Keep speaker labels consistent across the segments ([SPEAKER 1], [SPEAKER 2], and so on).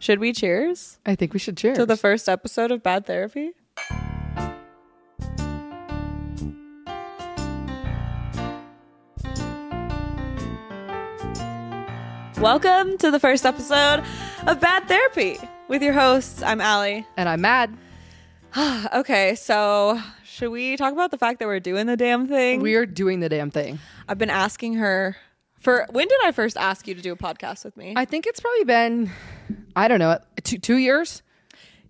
[SPEAKER 1] Should we cheers
[SPEAKER 2] I think we should cheers.
[SPEAKER 1] to the first episode of Bad Therapy? Welcome to the first episode of Bad Therapy with your hosts. I'm Allie.
[SPEAKER 2] and I'm mad.
[SPEAKER 1] Okay, so should we talk about the fact that we're doing the damn thing?
[SPEAKER 2] We are doing the damn thing.
[SPEAKER 1] I've been asking her for when did I first ask you to do a podcast with me?
[SPEAKER 2] I think it's probably been, I don't know, two, two years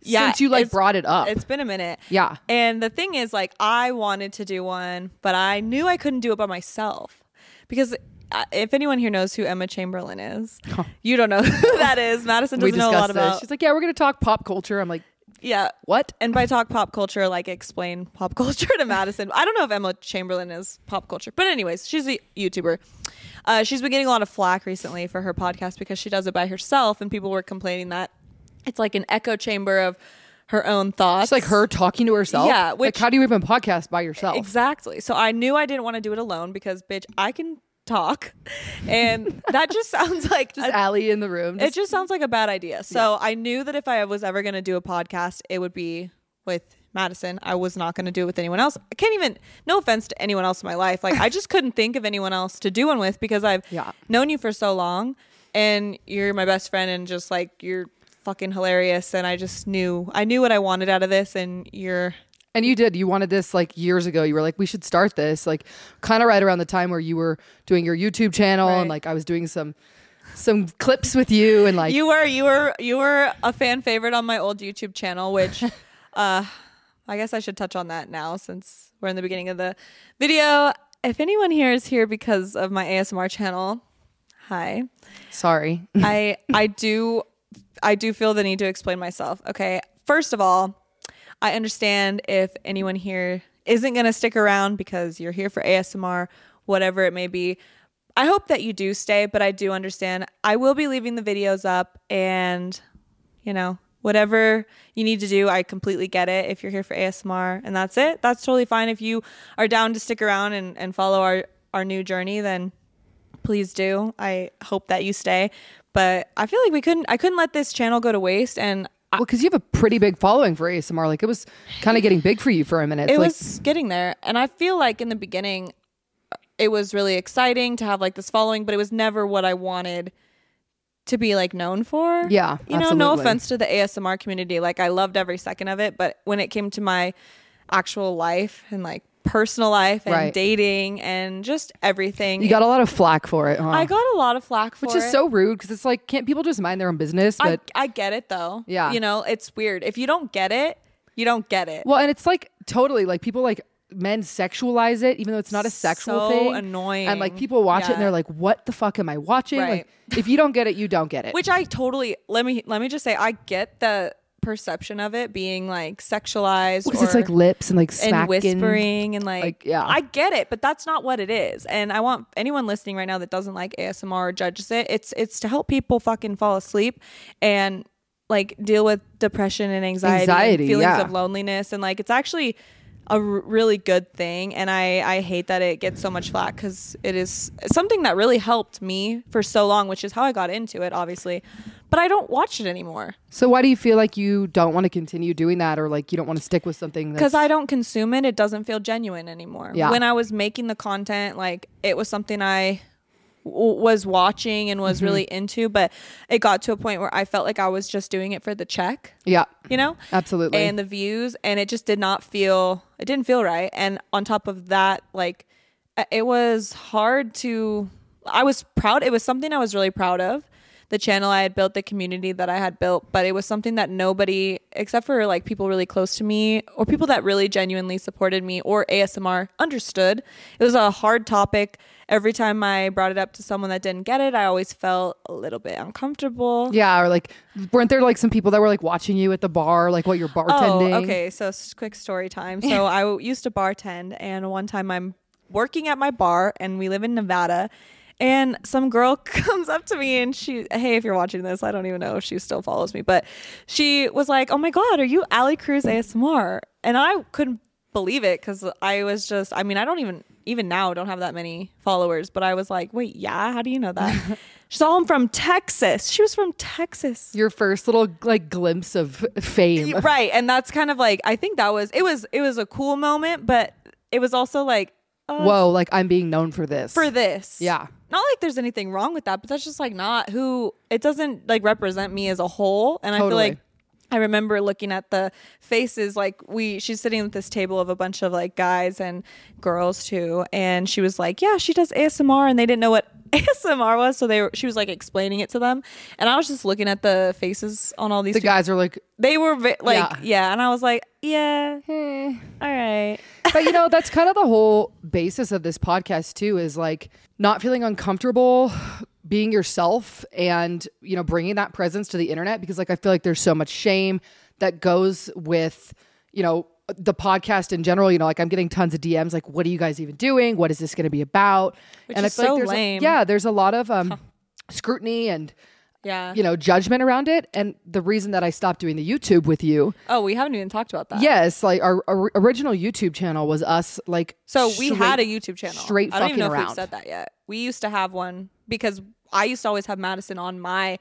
[SPEAKER 2] since you like
[SPEAKER 1] it's-
[SPEAKER 2] brought it up.
[SPEAKER 1] It's been a minute.
[SPEAKER 2] Yeah.
[SPEAKER 1] And the thing is, like, I wanted to do one, but I knew I couldn't do it by myself because. uh, If anyone here knows who Emma Chamberlain is, you don't know who that is. Madison
[SPEAKER 2] We
[SPEAKER 1] doesn't know a lot
[SPEAKER 2] discussed this.
[SPEAKER 1] about.
[SPEAKER 2] She's like, yeah, we're gonna talk pop culture. I'm like,
[SPEAKER 1] yeah,
[SPEAKER 2] what?
[SPEAKER 1] and by talk pop culture, like explain pop culture to Madison. I don't know if Emma Chamberlain is pop culture, but anyways, she's a YouTuber. Uh, she's been getting a lot of flack recently for her podcast because she does it by herself, and people were complaining that it's like an echo chamber of her own thoughts.
[SPEAKER 2] It's like her talking to herself.
[SPEAKER 1] Yeah,
[SPEAKER 2] like
[SPEAKER 1] which-
[SPEAKER 2] how do you even podcast by yourself?
[SPEAKER 1] Exactly. So I knew I didn't want to do it alone because, bitch, I can talk, and that just sounds like
[SPEAKER 2] Just
[SPEAKER 1] a-
[SPEAKER 2] Allie in the room.
[SPEAKER 1] it just sounds like a bad idea. So I knew that if I was ever going to do a podcast, it would be with Madison. I was not going to do it with anyone else. I can't even, no offense to anyone else in my life. Like, I just couldn't think of anyone else to do one with because I've
[SPEAKER 2] Yeah.
[SPEAKER 1] known you for so long and you're my best friend and just like you're fucking hilarious. And I just knew, I knew what I wanted out of this and you're.
[SPEAKER 2] And you did. You wanted this like years ago. You were like, we should start this, like kind of right around the time where you were doing your YouTube channel
[SPEAKER 1] Right.
[SPEAKER 2] and like I was doing some some clips with you and like
[SPEAKER 1] You were you were you were a fan favorite on my old YouTube channel, which uh I guess I should touch on that now since we're in the beginning of the video. If anyone here is here because of my ASMR channel, hi.
[SPEAKER 2] sorry.
[SPEAKER 1] I I do I do feel the need to explain myself. Okay. First of all, I understand if anyone here isn't going to stick around because you're here for ASMR, whatever it may be. I hope that you do stay, but I do understand. I will be leaving the videos up and you know, whatever you need to do, I completely get it. If you're here for ASMR and that's it, that's totally fine. If you are down to stick around and, and follow our, our new journey, then please do. I hope that you stay. But I feel like we couldn't I couldn't let this channel go to waste and I,
[SPEAKER 2] Well, because you have a pretty big following for ASMR. Like it was kind of getting big for you for a minute.
[SPEAKER 1] it
[SPEAKER 2] like,
[SPEAKER 1] was getting there. And I feel like in the beginning uh, it was really exciting to have like this following, but it was never what I wanted to be like known for.
[SPEAKER 2] Yeah,
[SPEAKER 1] You know, no
[SPEAKER 2] absolutely.
[SPEAKER 1] offense to the ASMR community. Like I loved every second of it, but when it came to my actual life and like personal life and
[SPEAKER 2] Right.
[SPEAKER 1] dating and just everything.
[SPEAKER 2] you got a lot of flack for it, huh?
[SPEAKER 1] I got a lot of flack for
[SPEAKER 2] which is
[SPEAKER 1] it.
[SPEAKER 2] so rude because it's like can't people just mind their own business? But
[SPEAKER 1] I, I get it though.
[SPEAKER 2] Yeah.
[SPEAKER 1] You know, it's weird. If you don't get it, you don't get it.
[SPEAKER 2] well, and it's like totally like people like men sexualize it even though it's not a sexual
[SPEAKER 1] So
[SPEAKER 2] thing.
[SPEAKER 1] annoying.
[SPEAKER 2] And like people watch it
[SPEAKER 1] Yeah.
[SPEAKER 2] and they're like, "What the fuck am I watching?"
[SPEAKER 1] Right.
[SPEAKER 2] Like if you don't get it, you don't get it.
[SPEAKER 1] Which I totally let me let me just say I get the perception of it being like sexualized
[SPEAKER 2] because it's
[SPEAKER 1] or-
[SPEAKER 2] like lips and like
[SPEAKER 1] and
[SPEAKER 2] smacking.
[SPEAKER 1] whispering and like,
[SPEAKER 2] like, yeah.
[SPEAKER 1] I get it, but that's not what it is. And I want anyone listening right now that doesn't like ASMR or judges it, it's it's to help people fucking fall asleep and like deal with depression and anxiety, and
[SPEAKER 2] Anxiety,
[SPEAKER 1] feelings
[SPEAKER 2] yeah.
[SPEAKER 1] of loneliness and like it's actually a r- really good thing and I I hate that it gets so much flack cuz it is something that really helped me for so long, which is how I got into it obviously. But I don't watch it anymore.
[SPEAKER 2] So why do you feel like you don't want to continue doing that, or like you don't want to stick with something? That's,
[SPEAKER 1] because I don't consume it, it doesn't feel genuine anymore.
[SPEAKER 2] Yeah.
[SPEAKER 1] When I was making the content, like it was something I w- was watching and
[SPEAKER 2] Mm-hmm.
[SPEAKER 1] was really into, but it got to a point where I felt like I was just doing it for the check,
[SPEAKER 2] yeah,
[SPEAKER 1] you know?
[SPEAKER 2] absolutely.
[SPEAKER 1] And the views, and it just did not feel, it didn't feel right. And on top of that, like uh, it was hard to, I was proud. It was something I was really proud of. The channel I had built, the community that I had built, but it was something that nobody, except for like people really close to me or people that really genuinely supported me or ASMR, understood. It was a hard topic. Every time I brought it up to someone that didn't get it, I always felt a little bit uncomfortable.
[SPEAKER 2] Yeah, or like, weren't there like some people that were like watching you at the bar, like while you're bartending?
[SPEAKER 1] Oh, okay. So s- quick story time. So I w- used to bartend, and one time I'm working at my bar, and we live in Nevada. And some girl comes up to me and she, hey, if you're watching this, I don't even know if she still follows me, but she was like, oh my God, are you Allie Cruz ASMR? And I couldn't believe it because I was just I mean I don't even even now don't have that many followers but I was like wait yeah how do you know that she's all I'm from Texas she was from Texas
[SPEAKER 2] Your first little like glimpse of fame.
[SPEAKER 1] right and that's kind of like I think that was it was it was a cool moment but it was also like oh,
[SPEAKER 2] Whoa, like I'm being known for this.
[SPEAKER 1] for this
[SPEAKER 2] Yeah.
[SPEAKER 1] not like there's anything wrong with that but that's just like not who it doesn't like represent me as a whole and
[SPEAKER 2] Totally.
[SPEAKER 1] I feel like I remember looking at the faces like we she's sitting at this table of a bunch of like guys and girls too and she was like yeah she does ASMR and they didn't know what ASMR was so they were, she was like explaining it to them and I was just looking at the faces on all these
[SPEAKER 2] the
[SPEAKER 1] people.
[SPEAKER 2] guys are like,
[SPEAKER 1] they were ve- like
[SPEAKER 2] Yeah.
[SPEAKER 1] yeah. and I was like yeah all right
[SPEAKER 2] but you know, that's kind of the whole basis of this podcast too is like not feeling uncomfortable, being yourself and, you know, bringing that presence to the internet because like I feel like there's so much shame that goes with, you know, the podcast in general, you know, like I'm getting tons of DMs like what are you guys even doing? What is this going to be about?
[SPEAKER 1] Which is so
[SPEAKER 2] there's a-
[SPEAKER 1] lame.
[SPEAKER 2] yeah, there's a lot of um scrutiny and
[SPEAKER 1] yeah
[SPEAKER 2] you know, judgment around it and the reason that I stopped doing the YouTube with you
[SPEAKER 1] oh we haven't even talked about that
[SPEAKER 2] Yes, like our, our original YouTube channel was us like.
[SPEAKER 1] So we had a
[SPEAKER 2] straight-
[SPEAKER 1] YouTube channel.
[SPEAKER 2] straight
[SPEAKER 1] I don't even
[SPEAKER 2] fucking
[SPEAKER 1] know if
[SPEAKER 2] around.
[SPEAKER 1] we've said that yet. We used to have one because I used to always have Madison on my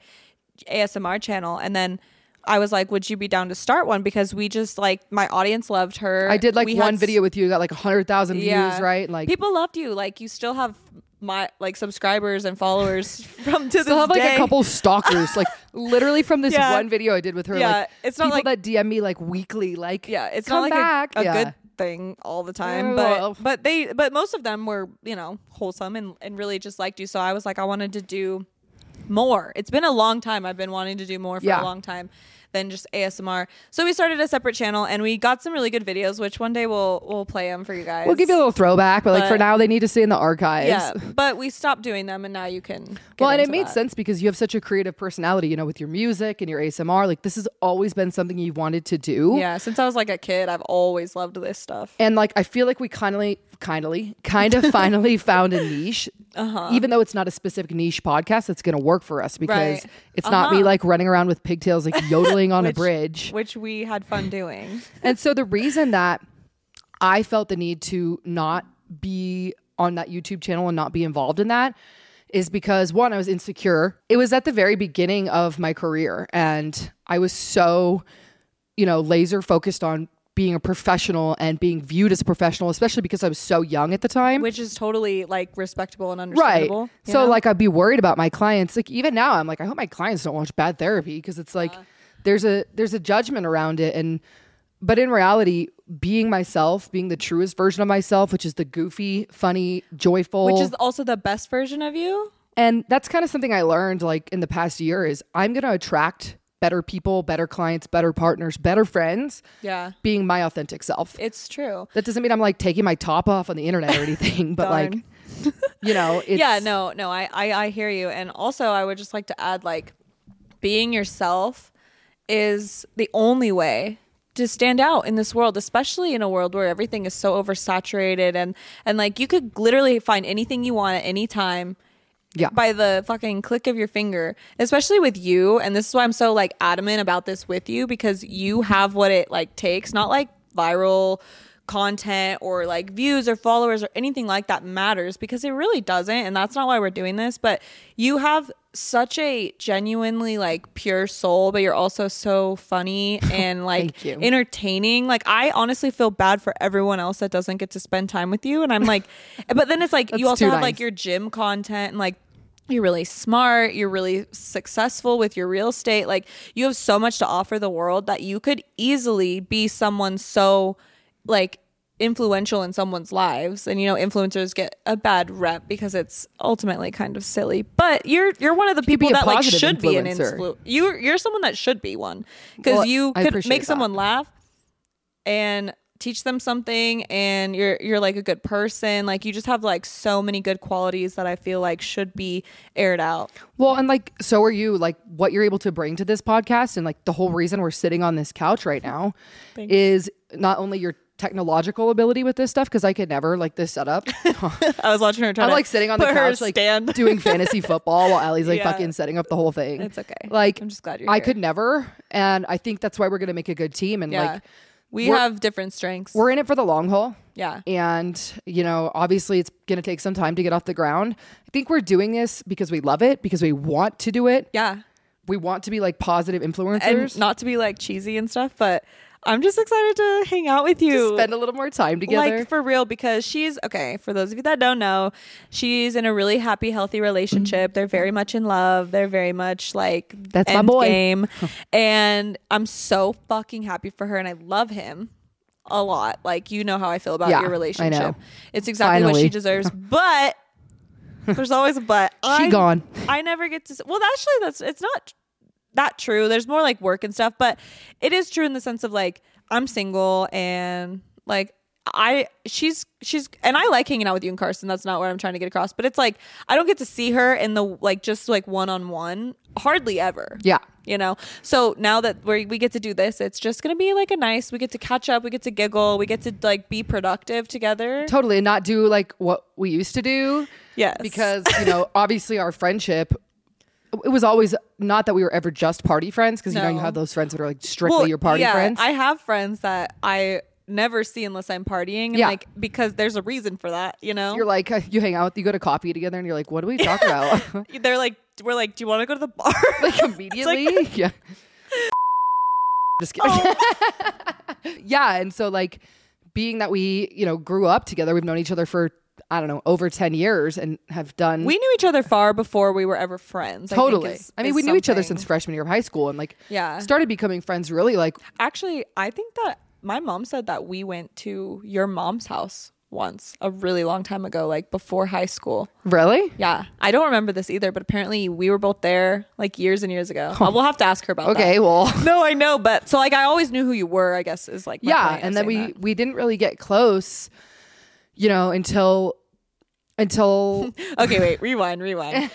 [SPEAKER 1] ASMR channel, and then I was like, "Would you be down to start one?" Because we just like my audience loved her.
[SPEAKER 2] I did like
[SPEAKER 1] We had
[SPEAKER 2] one
[SPEAKER 1] s-
[SPEAKER 2] video with you, got like hundred thousand views, right? Like
[SPEAKER 1] people loved you. Like you still have my like subscribers and followers from to
[SPEAKER 2] still
[SPEAKER 1] this
[SPEAKER 2] have like
[SPEAKER 1] day.
[SPEAKER 2] a couple stalkers, like literally from this
[SPEAKER 1] Yeah.
[SPEAKER 2] one video I did with her.
[SPEAKER 1] Yeah,
[SPEAKER 2] like,
[SPEAKER 1] it's not
[SPEAKER 2] people
[SPEAKER 1] like-
[SPEAKER 2] that DM me like weekly, like
[SPEAKER 1] Yeah, it's
[SPEAKER 2] come
[SPEAKER 1] not like
[SPEAKER 2] back.
[SPEAKER 1] a, a
[SPEAKER 2] Yeah.
[SPEAKER 1] good thing all the
[SPEAKER 2] Oh,
[SPEAKER 1] time,
[SPEAKER 2] well.
[SPEAKER 1] but but they but most of them were you know wholesome and and really just liked you. So I was like, I wanted to do more. It's been a long time. I've been wanting to do more for
[SPEAKER 2] Yeah.
[SPEAKER 1] a long time than just ASMR. So we started a separate channel and we got some really good videos, which one day we'll we'll play them for you guys.
[SPEAKER 2] We'll give you a little throwback, but, like for
[SPEAKER 1] But-
[SPEAKER 2] now, they need to stay in the archives.
[SPEAKER 1] yeah, but we stopped doing them, and now you can. Get
[SPEAKER 2] Well, and it
[SPEAKER 1] into
[SPEAKER 2] made
[SPEAKER 1] that.
[SPEAKER 2] sense because you have such a creative personality, you know, with your music and your ASMR. Like this has always been something you've wanted to do.
[SPEAKER 1] Yeah, since I was like a kid, I've always loved this stuff.
[SPEAKER 2] And like I feel like we kindly kindly kind of finally found a niche. Uh-huh. Even though it's not a specific niche podcast, it's going to work for us because
[SPEAKER 1] Right.
[SPEAKER 2] it's not me
[SPEAKER 1] Uh-huh.
[SPEAKER 2] like running around with pigtails like yodeling on a
[SPEAKER 1] Which-
[SPEAKER 2] bridge.
[SPEAKER 1] which we had fun doing.
[SPEAKER 2] And so the reason that I felt the need to not be on that YouTube channel and not be involved in that is because one, I was insecure. It was at the very beginning of my career and I was so, you know, laser focused on being a professional and being viewed as a professional, especially because I was so young at the time.
[SPEAKER 1] which is totally like respectable and
[SPEAKER 2] Right.
[SPEAKER 1] understandable. you
[SPEAKER 2] So
[SPEAKER 1] know?
[SPEAKER 2] like I'd be worried about my clients. Like even now I'm like I hope my clients don't watch bad therapy because it's like
[SPEAKER 1] Uh.
[SPEAKER 2] there's a there's a judgment around it and but in reality being myself, being the truest version of myself, which is the goofy, funny, joyful
[SPEAKER 1] which is also the best version of you.
[SPEAKER 2] and that's kind of something I learned like in the past year is I'm going to attract better people, better clients, better partners, better friends
[SPEAKER 1] Yeah,
[SPEAKER 2] being my authentic self.
[SPEAKER 1] it's true.
[SPEAKER 2] That doesn't mean I'm like taking my top off on the internet or anything, but like
[SPEAKER 1] Darn.
[SPEAKER 2] you know, it's
[SPEAKER 1] yeah, no, no, I, I I hear you, and also I would just like to add like being yourself is the only way to stand out in this world especially in a world where everything is so oversaturated and and like you could literally find anything you want at any time
[SPEAKER 2] Yeah.
[SPEAKER 1] by the fucking click of your finger especially with you and this is why i'm so like adamant about this with you because you have what it like takes not like viral content or like views or followers or anything like that matters because it really doesn't and that's not why we're doing this but you have such a genuinely like pure soul but you're also so funny and like
[SPEAKER 2] Thank you.
[SPEAKER 1] entertaining like i honestly feel bad for everyone else that doesn't get to spend time with you and i'm like but then it's like you
[SPEAKER 2] That's
[SPEAKER 1] also
[SPEAKER 2] too
[SPEAKER 1] have
[SPEAKER 2] nice.
[SPEAKER 1] like your gym content and like you're really smart, you're really successful with your real estate. Like you have so much to offer the world that you could easily be someone so like influential in someone's lives. And you know, influencers get a bad rep because it's ultimately kind of silly. But you're you're one of the
[SPEAKER 2] could be
[SPEAKER 1] people
[SPEAKER 2] a
[SPEAKER 1] that like
[SPEAKER 2] positive
[SPEAKER 1] should be an
[SPEAKER 2] influencer.
[SPEAKER 1] influ- you you're someone that should be one because
[SPEAKER 2] Well,
[SPEAKER 1] you
[SPEAKER 2] I
[SPEAKER 1] could
[SPEAKER 2] appreciate
[SPEAKER 1] make
[SPEAKER 2] that.
[SPEAKER 1] someone laugh and teach them something and you're you're like a good person like you just have like so many good qualities that I feel like should be aired out.
[SPEAKER 2] Well, and like, so are you. Like, what you're able to bring to this podcast, and like the whole reason we're sitting on this couch right now is not only your technological ability with this stuff, because I could never like this setup.
[SPEAKER 1] I was watching her try
[SPEAKER 2] I'm
[SPEAKER 1] to
[SPEAKER 2] like sitting on the
[SPEAKER 1] put her
[SPEAKER 2] couch, like
[SPEAKER 1] stand.
[SPEAKER 2] doing fantasy football while Allie's like
[SPEAKER 1] Yeah.
[SPEAKER 2] fucking setting up the whole thing.
[SPEAKER 1] It's okay.
[SPEAKER 2] Like,
[SPEAKER 1] I'm just glad you're
[SPEAKER 2] I
[SPEAKER 1] here.
[SPEAKER 2] could never, and I think that's why we're gonna make a good team. And
[SPEAKER 1] Yeah.
[SPEAKER 2] like,
[SPEAKER 1] We
[SPEAKER 2] We're-
[SPEAKER 1] have different strengths.
[SPEAKER 2] We're in it for the long haul.
[SPEAKER 1] yeah.
[SPEAKER 2] And, you know, obviously it's going to take some time to get off the ground. I think we're doing this because we love it, because we want to do it.
[SPEAKER 1] Yeah.
[SPEAKER 2] We want to be like positive influencers.
[SPEAKER 1] And not to be like cheesy and stuff, but I'm just excited to hang out with you.
[SPEAKER 2] spend a little more time together.
[SPEAKER 1] Like for real, because she's okay. For those of you that don't know, she's in a really happy, healthy relationship. They're very much in love. They're very much like
[SPEAKER 2] Mm-hmm. That's my boy.
[SPEAKER 1] Game. and I'm so fucking happy for her, and I love him a lot. Like you know how I feel about
[SPEAKER 2] Yeah, I
[SPEAKER 1] your
[SPEAKER 2] know.
[SPEAKER 1] relationship. It's exactly what
[SPEAKER 2] Finally.
[SPEAKER 1] she deserves, but. There's always a but.
[SPEAKER 2] she
[SPEAKER 1] I-
[SPEAKER 2] gone.
[SPEAKER 1] I never get to. s- Well, actually, that's it's not that true. There's more like work and stuff, but it is true in the sense of like I'm single and like I she's she's and I like hanging out with you and Carson. That's not what I'm trying to get across, but it's like I don't get to see her in the like just like one on one hardly ever.
[SPEAKER 2] Yeah.
[SPEAKER 1] You know, so now that we we get to do this, it's just gonna be like a nice. We get to catch up. We get to giggle. We get to like be productive together.
[SPEAKER 2] Totally. And not do like what we used to do.
[SPEAKER 1] Yes,
[SPEAKER 2] because you know obviously our friendship it was always not that we were ever just party friends because you know you
[SPEAKER 1] No.
[SPEAKER 2] have those friends that are like strictly your party
[SPEAKER 1] yeah,
[SPEAKER 2] friends
[SPEAKER 1] I have friends that I never see unless I'm partying. And
[SPEAKER 2] Yeah.
[SPEAKER 1] Like because there's a reason for that, you know?
[SPEAKER 2] you're like you hang out you go to coffee together and you're like what do we talk about
[SPEAKER 1] They're like we're like, Do you wanna go to the bar?
[SPEAKER 2] like um, immediately yeah just kidding
[SPEAKER 1] Oh.
[SPEAKER 2] yeah and so like being that we you know grew up together we've known each other for i don't know over 10 years and have done
[SPEAKER 1] we knew each other far before we were ever friends. I think
[SPEAKER 2] totally
[SPEAKER 1] is-
[SPEAKER 2] i mean
[SPEAKER 1] is
[SPEAKER 2] we knew each other
[SPEAKER 1] something.
[SPEAKER 2] since freshman year of high school and like
[SPEAKER 1] Yeah.
[SPEAKER 2] started becoming friends really like
[SPEAKER 1] Actually, I think that my mom said that we went to your mom's house once a really long time ago, like before high school.
[SPEAKER 2] really
[SPEAKER 1] Yeah. I don't remember this either, but apparently we were both there like years and years ago. We'll have to ask her about that.
[SPEAKER 2] okay well
[SPEAKER 1] No, I know, but so like I always knew who you were. I guess is like my
[SPEAKER 2] yeah
[SPEAKER 1] point of
[SPEAKER 2] and then we
[SPEAKER 1] saying that.
[SPEAKER 2] we didn't really get close you know until until
[SPEAKER 1] okay, wait, rewind, rewind.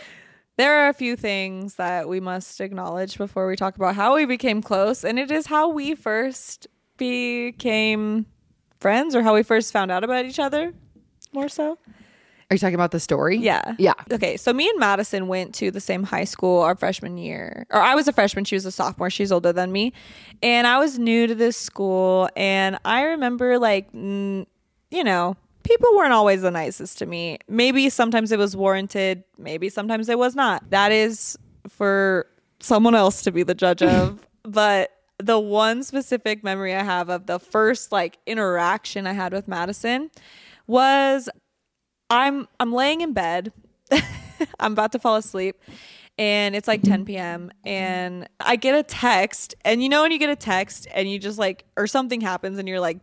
[SPEAKER 1] There are a few things that we must acknowledge before we talk about how we became close, and it is how we first became friends or how we first found out about each other, more so.
[SPEAKER 2] are you talking about the story
[SPEAKER 1] Yeah.
[SPEAKER 2] yeah
[SPEAKER 1] Okay, so me and Madison went to the same high school our freshman year. Or I was a freshman, she was a sophomore. She's older than me. And I was new to this school. And I remember, like, mm, you know, people weren't always the nicest to me. Maybe sometimes it was warranted, maybe sometimes it was not. That is for someone else to be the judge of. but the one specific memory I have of the first, like, interaction I had with Madison was I'm I'm laying in bed. I'm about to fall asleep. And it's like 10 p.m. and I get a text. And you know when you get a text and you just like or something happens and you're like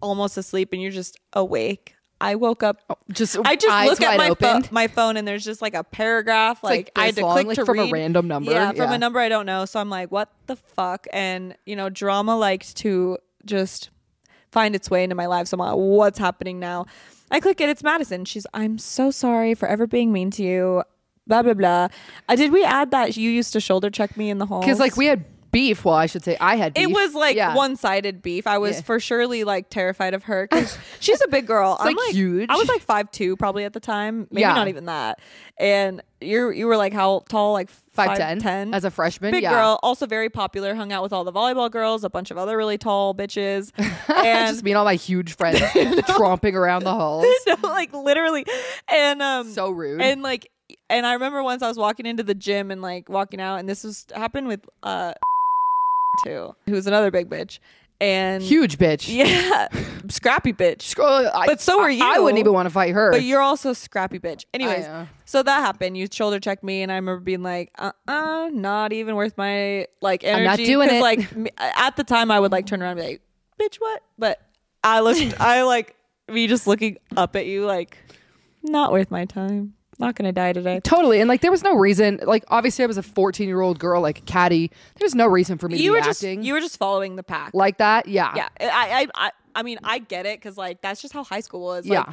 [SPEAKER 1] almost asleep and you're just awake. I woke up
[SPEAKER 2] just
[SPEAKER 1] I just
[SPEAKER 2] eyes
[SPEAKER 1] look at
[SPEAKER 2] wide
[SPEAKER 1] my
[SPEAKER 2] open.
[SPEAKER 1] phone, my phone and there's just like a paragraph like,
[SPEAKER 2] like,
[SPEAKER 1] I had
[SPEAKER 2] this
[SPEAKER 1] to
[SPEAKER 2] long,
[SPEAKER 1] click
[SPEAKER 2] like,
[SPEAKER 1] to
[SPEAKER 2] from a
[SPEAKER 1] read.
[SPEAKER 2] random number.
[SPEAKER 1] Yeah, from
[SPEAKER 2] Yeah.
[SPEAKER 1] a number I don't know. So I'm like, what the fuck? And you know, drama liked to just find its way into my life. So I'm like, what's happening now? I click it. It's Madison. She's I'm so sorry for ever being mean to you. Blah blah blah. Uh, did we add that you used to shoulder check me in the hall?
[SPEAKER 2] because like we had beef well i should say i had beef.
[SPEAKER 1] It was like
[SPEAKER 2] Yeah.
[SPEAKER 1] one-sided beef. I was
[SPEAKER 2] Yeah.
[SPEAKER 1] for surely like terrified of her because she's a big girl. I'm
[SPEAKER 2] like,
[SPEAKER 1] like
[SPEAKER 2] huge.
[SPEAKER 1] I was like five two probably at the time, maybe
[SPEAKER 2] Yeah.
[SPEAKER 1] not even that. And you you were like how tall? Like
[SPEAKER 2] Five ten
[SPEAKER 1] 5'10"?
[SPEAKER 2] as a freshman
[SPEAKER 1] Big
[SPEAKER 2] yeah
[SPEAKER 1] girl, also very popular. Hung out with all the volleyball girls, a bunch of other really tall bitches, and
[SPEAKER 2] just me and all my huge friends tromping around the halls
[SPEAKER 1] no, like literally, and um,
[SPEAKER 2] so rude
[SPEAKER 1] and like, and I remember once I was walking into the gym and like walking out, and this was happened with uh, too, who's another big bitch, and
[SPEAKER 2] huge bitch
[SPEAKER 1] yeah, scrappy bitch.
[SPEAKER 2] Girl, I-
[SPEAKER 1] But so were
[SPEAKER 2] I- i
[SPEAKER 1] you.
[SPEAKER 2] wouldn't even want to fight her
[SPEAKER 1] But you're also a scrappy bitch. Anyways,
[SPEAKER 2] know.
[SPEAKER 1] so that happened. You shoulder checked me, and I remember being like, "Uh, uh not even worth my like energy."
[SPEAKER 2] not doing
[SPEAKER 1] 'Cause,
[SPEAKER 2] it.
[SPEAKER 1] Like m- at the time, I would like turn around and be like, "Bitch, what?" But I looked, I like me just looking up at you, like, not worth my time. Not gonna die today.
[SPEAKER 2] Totally. And like there was no reason. Like obviously I was a 14 year old girl, like catty. There's no reason for me
[SPEAKER 1] You
[SPEAKER 2] to
[SPEAKER 1] were
[SPEAKER 2] be
[SPEAKER 1] just
[SPEAKER 2] acting
[SPEAKER 1] you were just following the pack.
[SPEAKER 2] like that. Yeah.
[SPEAKER 1] yeah, I I I, I mean I get it because like that's just how high school was. Like,
[SPEAKER 2] Yeah.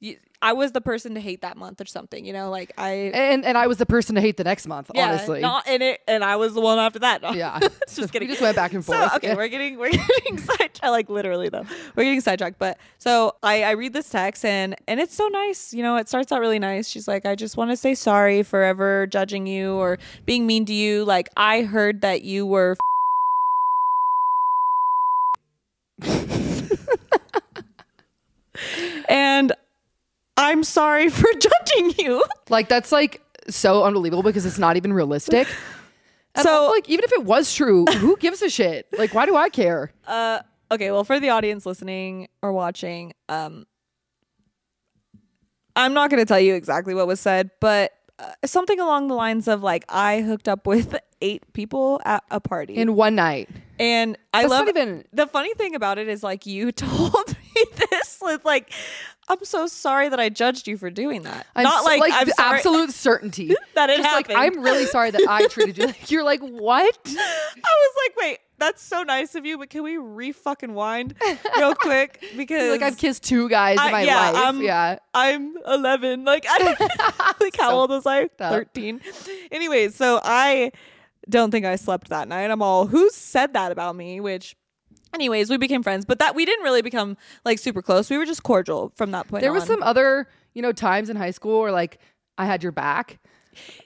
[SPEAKER 1] you, I was the person to hate that month or something. You know, like I
[SPEAKER 2] And and I was the person to hate the next month,
[SPEAKER 1] Yeah,
[SPEAKER 2] honestly.
[SPEAKER 1] Not in it, and I was the one after that. No.
[SPEAKER 2] Yeah.
[SPEAKER 1] just kidding.
[SPEAKER 2] We just went back and
[SPEAKER 1] So,
[SPEAKER 2] forth.
[SPEAKER 1] okay,
[SPEAKER 2] Yeah.
[SPEAKER 1] we're getting we're getting sidetracked. Like literally though, we're getting sidetracked. But so I, I read this text and and it's so nice. You know, it starts out really nice. She's like, I just want to say sorry for ever judging you or being mean to you. Like I heard that you were. I'm sorry for judging you.
[SPEAKER 2] Like that's like so unbelievable because it's not even realistic. And
[SPEAKER 1] So-
[SPEAKER 2] also, like even if it was true, who gives a shit? Like why do I care?
[SPEAKER 1] Uh, Okay, well, for the audience listening or watching, um, I'm not going to tell you exactly what was said, but uh, something along the lines of like I hooked up with eight people at a party,
[SPEAKER 2] In one night.
[SPEAKER 1] and I
[SPEAKER 2] That's
[SPEAKER 1] love
[SPEAKER 2] not even-
[SPEAKER 1] the funny thing about it is like you told me this with like I'm so sorry that I judged you for doing that.
[SPEAKER 2] I'm
[SPEAKER 1] not
[SPEAKER 2] so-
[SPEAKER 1] like, I'm
[SPEAKER 2] the
[SPEAKER 1] sorry.
[SPEAKER 2] absolute certainty
[SPEAKER 1] That it
[SPEAKER 2] Just like
[SPEAKER 1] happened.
[SPEAKER 2] I'm really sorry that I treated you. Like, you're like what?
[SPEAKER 1] I was like, wait, that's so nice of you, but can we re fucking wind real quick because
[SPEAKER 2] Like I've kissed two guys
[SPEAKER 1] I-
[SPEAKER 2] in my
[SPEAKER 1] yeah, um,
[SPEAKER 2] life.
[SPEAKER 1] I'm-
[SPEAKER 2] yeah.
[SPEAKER 1] I'm 11. Like, I don't like how old was I?
[SPEAKER 2] up.
[SPEAKER 1] 13. Anyways, so I don't think I slept that night. I'm all, who said that about me? Which, anyways, we became friends, but that we didn't really become like super close. We were just cordial from that point.
[SPEAKER 2] There was
[SPEAKER 1] on.
[SPEAKER 2] some other, you know, times in high school where like I had your back.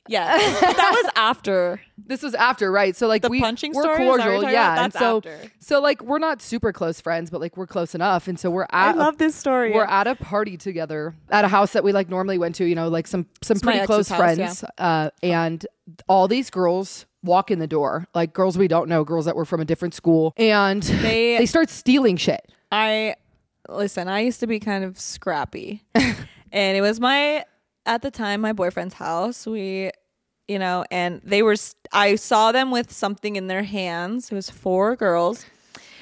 [SPEAKER 1] yeah. But that was after.
[SPEAKER 2] This was after, right? So like
[SPEAKER 1] The
[SPEAKER 2] we
[SPEAKER 1] punching
[SPEAKER 2] we're
[SPEAKER 1] story? Is that what you're
[SPEAKER 2] cordial,
[SPEAKER 1] talking
[SPEAKER 2] yeah.
[SPEAKER 1] about?
[SPEAKER 2] and
[SPEAKER 1] That's
[SPEAKER 2] so
[SPEAKER 1] after.
[SPEAKER 2] so like we're not super close friends, but like we're close enough, and so we're
[SPEAKER 1] I
[SPEAKER 2] at a
[SPEAKER 1] love this story.
[SPEAKER 2] We're at a party together at a house that we like normally went to, you know, like some some
[SPEAKER 1] my
[SPEAKER 2] pretty
[SPEAKER 1] ex's
[SPEAKER 2] close
[SPEAKER 1] house,
[SPEAKER 2] friends. Uh, and all these girls walk in the door, like girls we don't know, girls that were from a different school, and
[SPEAKER 1] They-
[SPEAKER 2] they, start stealing shit.
[SPEAKER 1] I listen, I used to be kind of scrappy. and it was my at the time my boyfriend's house. We you know, and they were s- I saw them with something in their hands. It was four girls.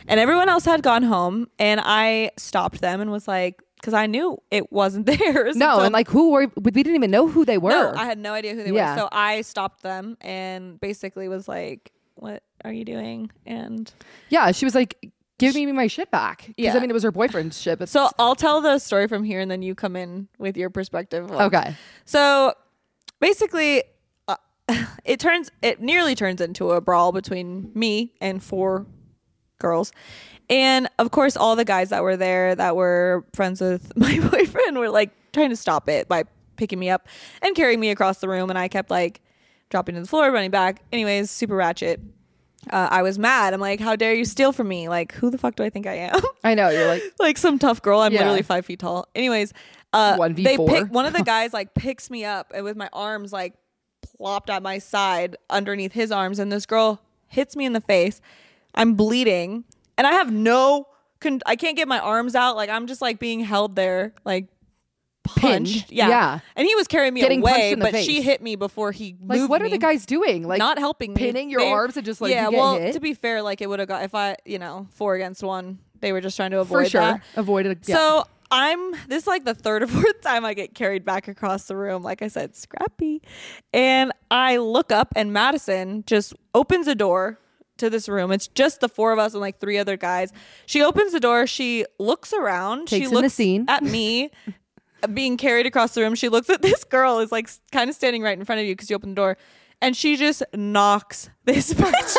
[SPEAKER 1] And everyone else had gone home and I stopped them and was like cuz I knew it wasn't theirs.
[SPEAKER 2] No,
[SPEAKER 1] So-
[SPEAKER 2] and like who were we didn't even know who they were.
[SPEAKER 1] no, I had no idea who they
[SPEAKER 2] Yeah.
[SPEAKER 1] were. So I stopped them and basically was like, "What are you doing?" And
[SPEAKER 2] yeah, she was like, "Give me my shit back," because
[SPEAKER 1] Yeah.
[SPEAKER 2] I mean it was her boyfriend's shit. But
[SPEAKER 1] so I'll tell the story from here and then you come in with your perspective. on-
[SPEAKER 2] okay,
[SPEAKER 1] So basically, uh, it turns it nearly turns into a brawl between me and four girls, and of course, all the guys that were there that were friends with my boyfriend were like trying to stop it by picking me up and carrying me across the room, and I kept like dropping to the floor, running back. Anyways, super ratchet. Uh, I was mad. I'm like, how dare you steal from me? Like, who the fuck do I think I am?
[SPEAKER 2] I know you're like,
[SPEAKER 1] like some tough girl. I'm
[SPEAKER 2] Yeah.
[SPEAKER 1] literally five feet tall. Anyways, uh,
[SPEAKER 2] 1v4.
[SPEAKER 1] they pick one of the guys like picks me up and with my arms like plopped at my side underneath his arms, and this girl hits me in the face. I'm bleeding, and I have no. Con- I can't get my arms out. Like I'm just like being held there, like
[SPEAKER 2] Pinned.
[SPEAKER 1] punched. Yeah.
[SPEAKER 2] Yeah.
[SPEAKER 1] and he was carrying me
[SPEAKER 2] Getting punched
[SPEAKER 1] away,
[SPEAKER 2] in the
[SPEAKER 1] but
[SPEAKER 2] face.
[SPEAKER 1] she hit me before he
[SPEAKER 2] like
[SPEAKER 1] moved
[SPEAKER 2] what are
[SPEAKER 1] me.
[SPEAKER 2] the guys doing? Like
[SPEAKER 1] not helping me.
[SPEAKER 2] pinning your
[SPEAKER 1] They-
[SPEAKER 2] arms and just like
[SPEAKER 1] yeah.
[SPEAKER 2] you get
[SPEAKER 1] well,
[SPEAKER 2] hit?
[SPEAKER 1] to be fair, like it would have got if I you know four against one. They were just trying to
[SPEAKER 2] for
[SPEAKER 1] avoid
[SPEAKER 2] sure,
[SPEAKER 1] that.
[SPEAKER 2] avoid it. Yeah.
[SPEAKER 1] So I'm this is like the third or fourth time I get carried back across the room, like I said, scrappy. And I look up and Madison just opens a door to this room. It's just the four of us and like three other guys. She opens the door, she looks around, she
[SPEAKER 2] Takes in the
[SPEAKER 1] looks
[SPEAKER 2] scene.
[SPEAKER 1] at me being carried across the room. She looks at this girl is like kind of standing right in front of you because you opened the door. And she just knocks this bitch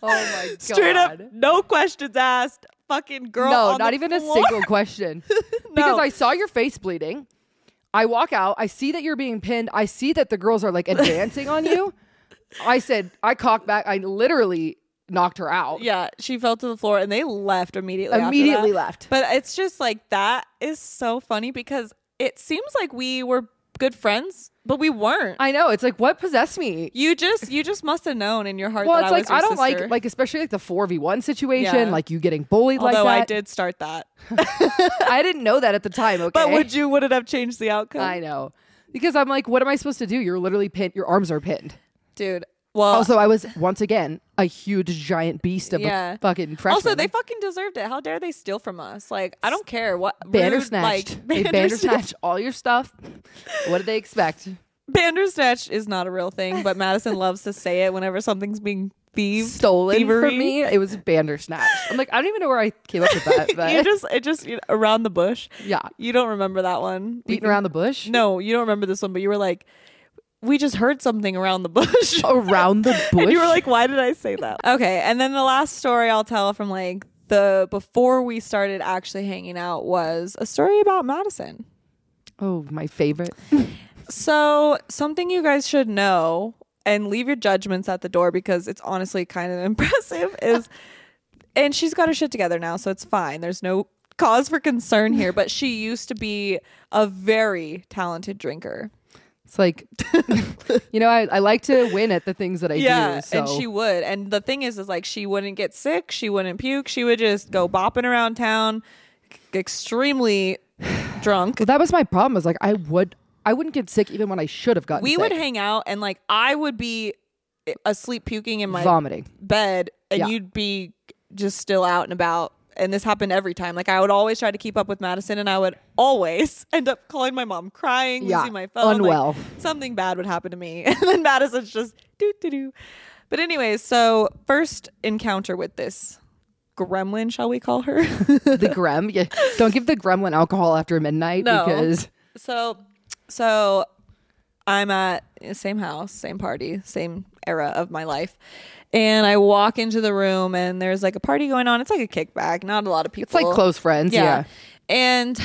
[SPEAKER 2] oh my god,
[SPEAKER 1] straight up, no questions asked. Fucking girl.
[SPEAKER 2] No,
[SPEAKER 1] on
[SPEAKER 2] not
[SPEAKER 1] the
[SPEAKER 2] even
[SPEAKER 1] floor.
[SPEAKER 2] a single question.
[SPEAKER 1] No.
[SPEAKER 2] Because I saw your face bleeding. I walk out. I see that you're being pinned. I see that the girls are like advancing on you. I said, I cocked back. I literally knocked her out.
[SPEAKER 1] Yeah, she fell to the floor and they left immediately. after
[SPEAKER 2] Immediately
[SPEAKER 1] that.
[SPEAKER 2] left.
[SPEAKER 1] But it's just like that is so funny because it seems like we were good friends, but we weren't.
[SPEAKER 2] I know. It's like, what possessed me?
[SPEAKER 1] you just you just must have known in your heart.
[SPEAKER 2] Well,
[SPEAKER 1] that
[SPEAKER 2] it's
[SPEAKER 1] I
[SPEAKER 2] like,
[SPEAKER 1] was your
[SPEAKER 2] I don't
[SPEAKER 1] sister.
[SPEAKER 2] like, like, especially like the 4v1 situation,
[SPEAKER 1] Yeah.
[SPEAKER 2] like you getting bullied
[SPEAKER 1] Although I
[SPEAKER 2] like that.
[SPEAKER 1] did start that,
[SPEAKER 2] I didn't know that at the time. Okay.
[SPEAKER 1] but would you would it have changed the outcome,
[SPEAKER 2] I know. Because I'm like, what am I supposed to do? You're literally pinned. Your arms are pinned.
[SPEAKER 1] dude? Well,
[SPEAKER 2] Also, I was once again a huge giant beast of
[SPEAKER 1] Yeah.
[SPEAKER 2] a fucking freshman.
[SPEAKER 1] also they fucking deserved it. How dare they steal from us? Like I don't care what rude,
[SPEAKER 2] Bandersnatched.
[SPEAKER 1] Like
[SPEAKER 2] they
[SPEAKER 1] Bandersnatch.
[SPEAKER 2] bandersnatch all your stuff. What did they expect?
[SPEAKER 1] Bandersnatch is not a real thing, but Madison loves to say it whenever something's being thieved,
[SPEAKER 2] Stolen
[SPEAKER 1] thievery.
[SPEAKER 2] from me. It was bandersnatch. I'm like, I don't even know where I came up with that.
[SPEAKER 1] you
[SPEAKER 2] But
[SPEAKER 1] just it just you know, around the bush.
[SPEAKER 2] yeah,
[SPEAKER 1] You don't remember that one. We-
[SPEAKER 2] beating around the bush.
[SPEAKER 1] no, you don't remember this one, but you were like, we just heard something around the bush.
[SPEAKER 2] Around the bush.
[SPEAKER 1] and you were like, why did I say that? Oh, Okay, and then the last story I'll tell from like the before we started actually hanging out was a story about Madison.
[SPEAKER 2] oh, my favorite.
[SPEAKER 1] So, something you guys should know and leave your judgments at the door because it's honestly kind of impressive is and she's got her shit together now, so it's fine. There's no cause for concern here, but she used to be a very talented drinker.
[SPEAKER 2] It's like, you know, I, I like to win at the things that I do. So.
[SPEAKER 1] and she would. And the thing is, is like she wouldn't get sick. She wouldn't puke. She would just go bopping around town, c- extremely drunk.
[SPEAKER 2] Well, that was my problem. Is like I would I wouldn't get sick even when I should have gotten.
[SPEAKER 1] We
[SPEAKER 2] sick.
[SPEAKER 1] would hang out, and like I would be asleep, puking in my
[SPEAKER 2] vomiting.
[SPEAKER 1] bed, and
[SPEAKER 2] Yeah.
[SPEAKER 1] you'd be just still out and about. And this happened every time. Like I would always try to keep up with Madison, and I would always end up calling my mom, crying,
[SPEAKER 2] Yeah,
[SPEAKER 1] losing my phone. like,
[SPEAKER 2] unwell.
[SPEAKER 1] something bad would happen to me, and then Madison's just doo doo doo. But anyways, so first encounter with this gremlin, shall we call her?
[SPEAKER 2] The grem. Yeah. Don't give the gremlin alcohol after midnight
[SPEAKER 1] No.
[SPEAKER 2] because
[SPEAKER 1] So, so I'm at same house, same party, same era of my life, and I walk into the room and there's like a party going on. It's like a kickback, not a lot of people.
[SPEAKER 2] it's like close friends. Yeah.
[SPEAKER 1] And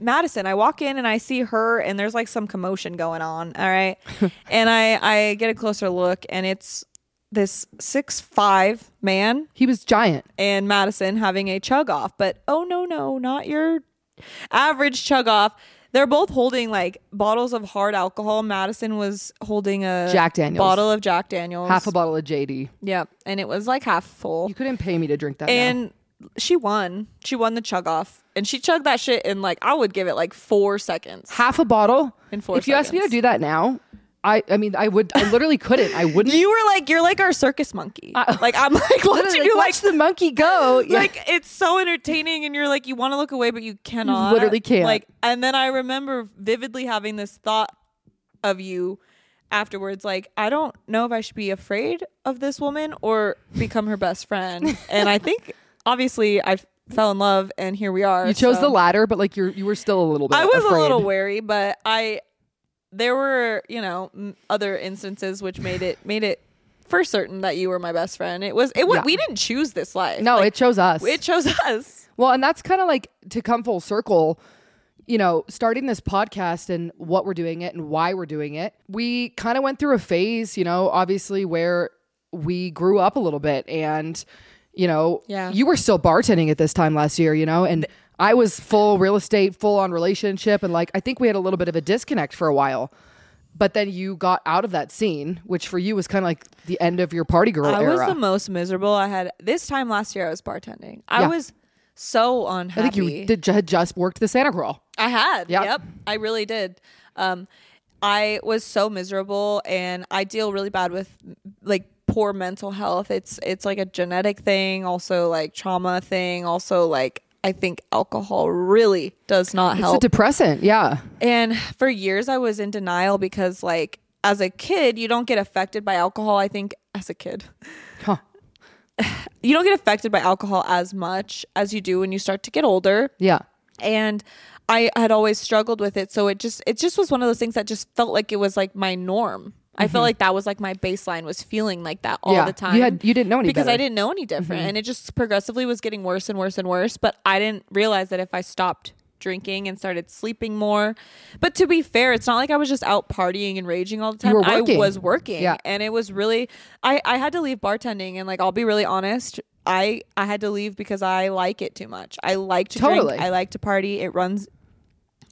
[SPEAKER 1] Madison, I walk in and I see her and there's like some commotion going on. All right. and I I get a closer look and it's this six five man
[SPEAKER 2] He was giant.
[SPEAKER 1] and Madison having a chug off. But oh no, no, not your average chug off. They're both holding like bottles of hard alcohol. Madison was holding a
[SPEAKER 2] Jack Daniels.
[SPEAKER 1] bottle of Jack Daniels.
[SPEAKER 2] Half a bottle of JD.
[SPEAKER 1] yeah, and it was like half full.
[SPEAKER 2] You couldn't pay me to drink that. now.
[SPEAKER 1] And she won. She won the chug off, and she chugged that shit in like I would give it like four seconds.
[SPEAKER 2] half a bottle.
[SPEAKER 1] In four
[SPEAKER 2] if you asked me to
[SPEAKER 1] seconds.
[SPEAKER 2] do that now, I I mean I would I literally couldn't. I wouldn't.
[SPEAKER 1] You were like, you're like our circus monkey. like I'm like watching
[SPEAKER 2] Literally,
[SPEAKER 1] you like.
[SPEAKER 2] watch the monkey go. Yeah.
[SPEAKER 1] like it's so entertaining and you're like you want to look away but you cannot
[SPEAKER 2] literally can't.
[SPEAKER 1] like and then i remember vividly having this thought of you afterwards like i don't know if i should be afraid of this woman or become her best friend and i think obviously i fell in love and here we are
[SPEAKER 2] you chose
[SPEAKER 1] so-
[SPEAKER 2] the latter, but like you're you were still a little bit.
[SPEAKER 1] i was
[SPEAKER 2] afraid.
[SPEAKER 1] a little wary but i there were you know m- other instances which made it made it for certain that you were my best friend it was it was
[SPEAKER 2] Yeah.
[SPEAKER 1] we didn't choose this life
[SPEAKER 2] No,
[SPEAKER 1] Like,
[SPEAKER 2] it chose us.
[SPEAKER 1] it chose us
[SPEAKER 2] Well, and that's kind of like to come full circle, you know, starting this podcast and what we're doing it and why we're doing it. We kind of went through a phase, you know, obviously where we grew up a little bit and you know,
[SPEAKER 1] Yeah.
[SPEAKER 2] you were still bartending at this time last year, you know, and I was full real estate, full on relationship and like I think we had a little bit of a disconnect for a while. But then you got out of that scene, which for you was kind of like the end of your party girl
[SPEAKER 1] I
[SPEAKER 2] era.
[SPEAKER 1] was the most miserable I had this time last year. I was bartending. I
[SPEAKER 2] Yeah.
[SPEAKER 1] was so
[SPEAKER 2] I
[SPEAKER 1] unhappy.
[SPEAKER 2] think you did, had just worked the Santa Crawl.
[SPEAKER 1] I had.
[SPEAKER 2] Yeah.
[SPEAKER 1] Yep. I really did. Um, I was so miserable, and I deal really bad with like poor mental health. It's it's like a genetic thing, also like trauma thing, also like I think alcohol really does not
[SPEAKER 2] It's a
[SPEAKER 1] help.
[SPEAKER 2] depressant, yeah.
[SPEAKER 1] And for years, I was in denial because, like, as a kid, you don't get affected by alcohol. I think as a kid,
[SPEAKER 2] Huh.
[SPEAKER 1] you don't get affected by alcohol as much as you do when you start to get older.
[SPEAKER 2] Yeah.
[SPEAKER 1] And I had always struggled with it, so it just it just was one of those things that just felt like it was like my norm. I felt like that was like my baseline was feeling like that all
[SPEAKER 2] Mm-hmm. Yeah.
[SPEAKER 1] the
[SPEAKER 2] You
[SPEAKER 1] time.
[SPEAKER 2] had- you didn't know any
[SPEAKER 1] because I
[SPEAKER 2] better. Mm-hmm.
[SPEAKER 1] didn't know any different, and it just progressively was getting worse and worse and worse. But I didn't realize that if I stopped drinking and started sleeping more. But to be fair, it's not like I was just out partying and raging all the time.
[SPEAKER 2] were
[SPEAKER 1] I
[SPEAKER 2] working.
[SPEAKER 1] was working,
[SPEAKER 2] Yeah.
[SPEAKER 1] and it was really I I had to leave bartending, and like I'll be really honest. I, I had to leave because I like it too much. I like to
[SPEAKER 2] Totally.
[SPEAKER 1] drink. I like to party. It runs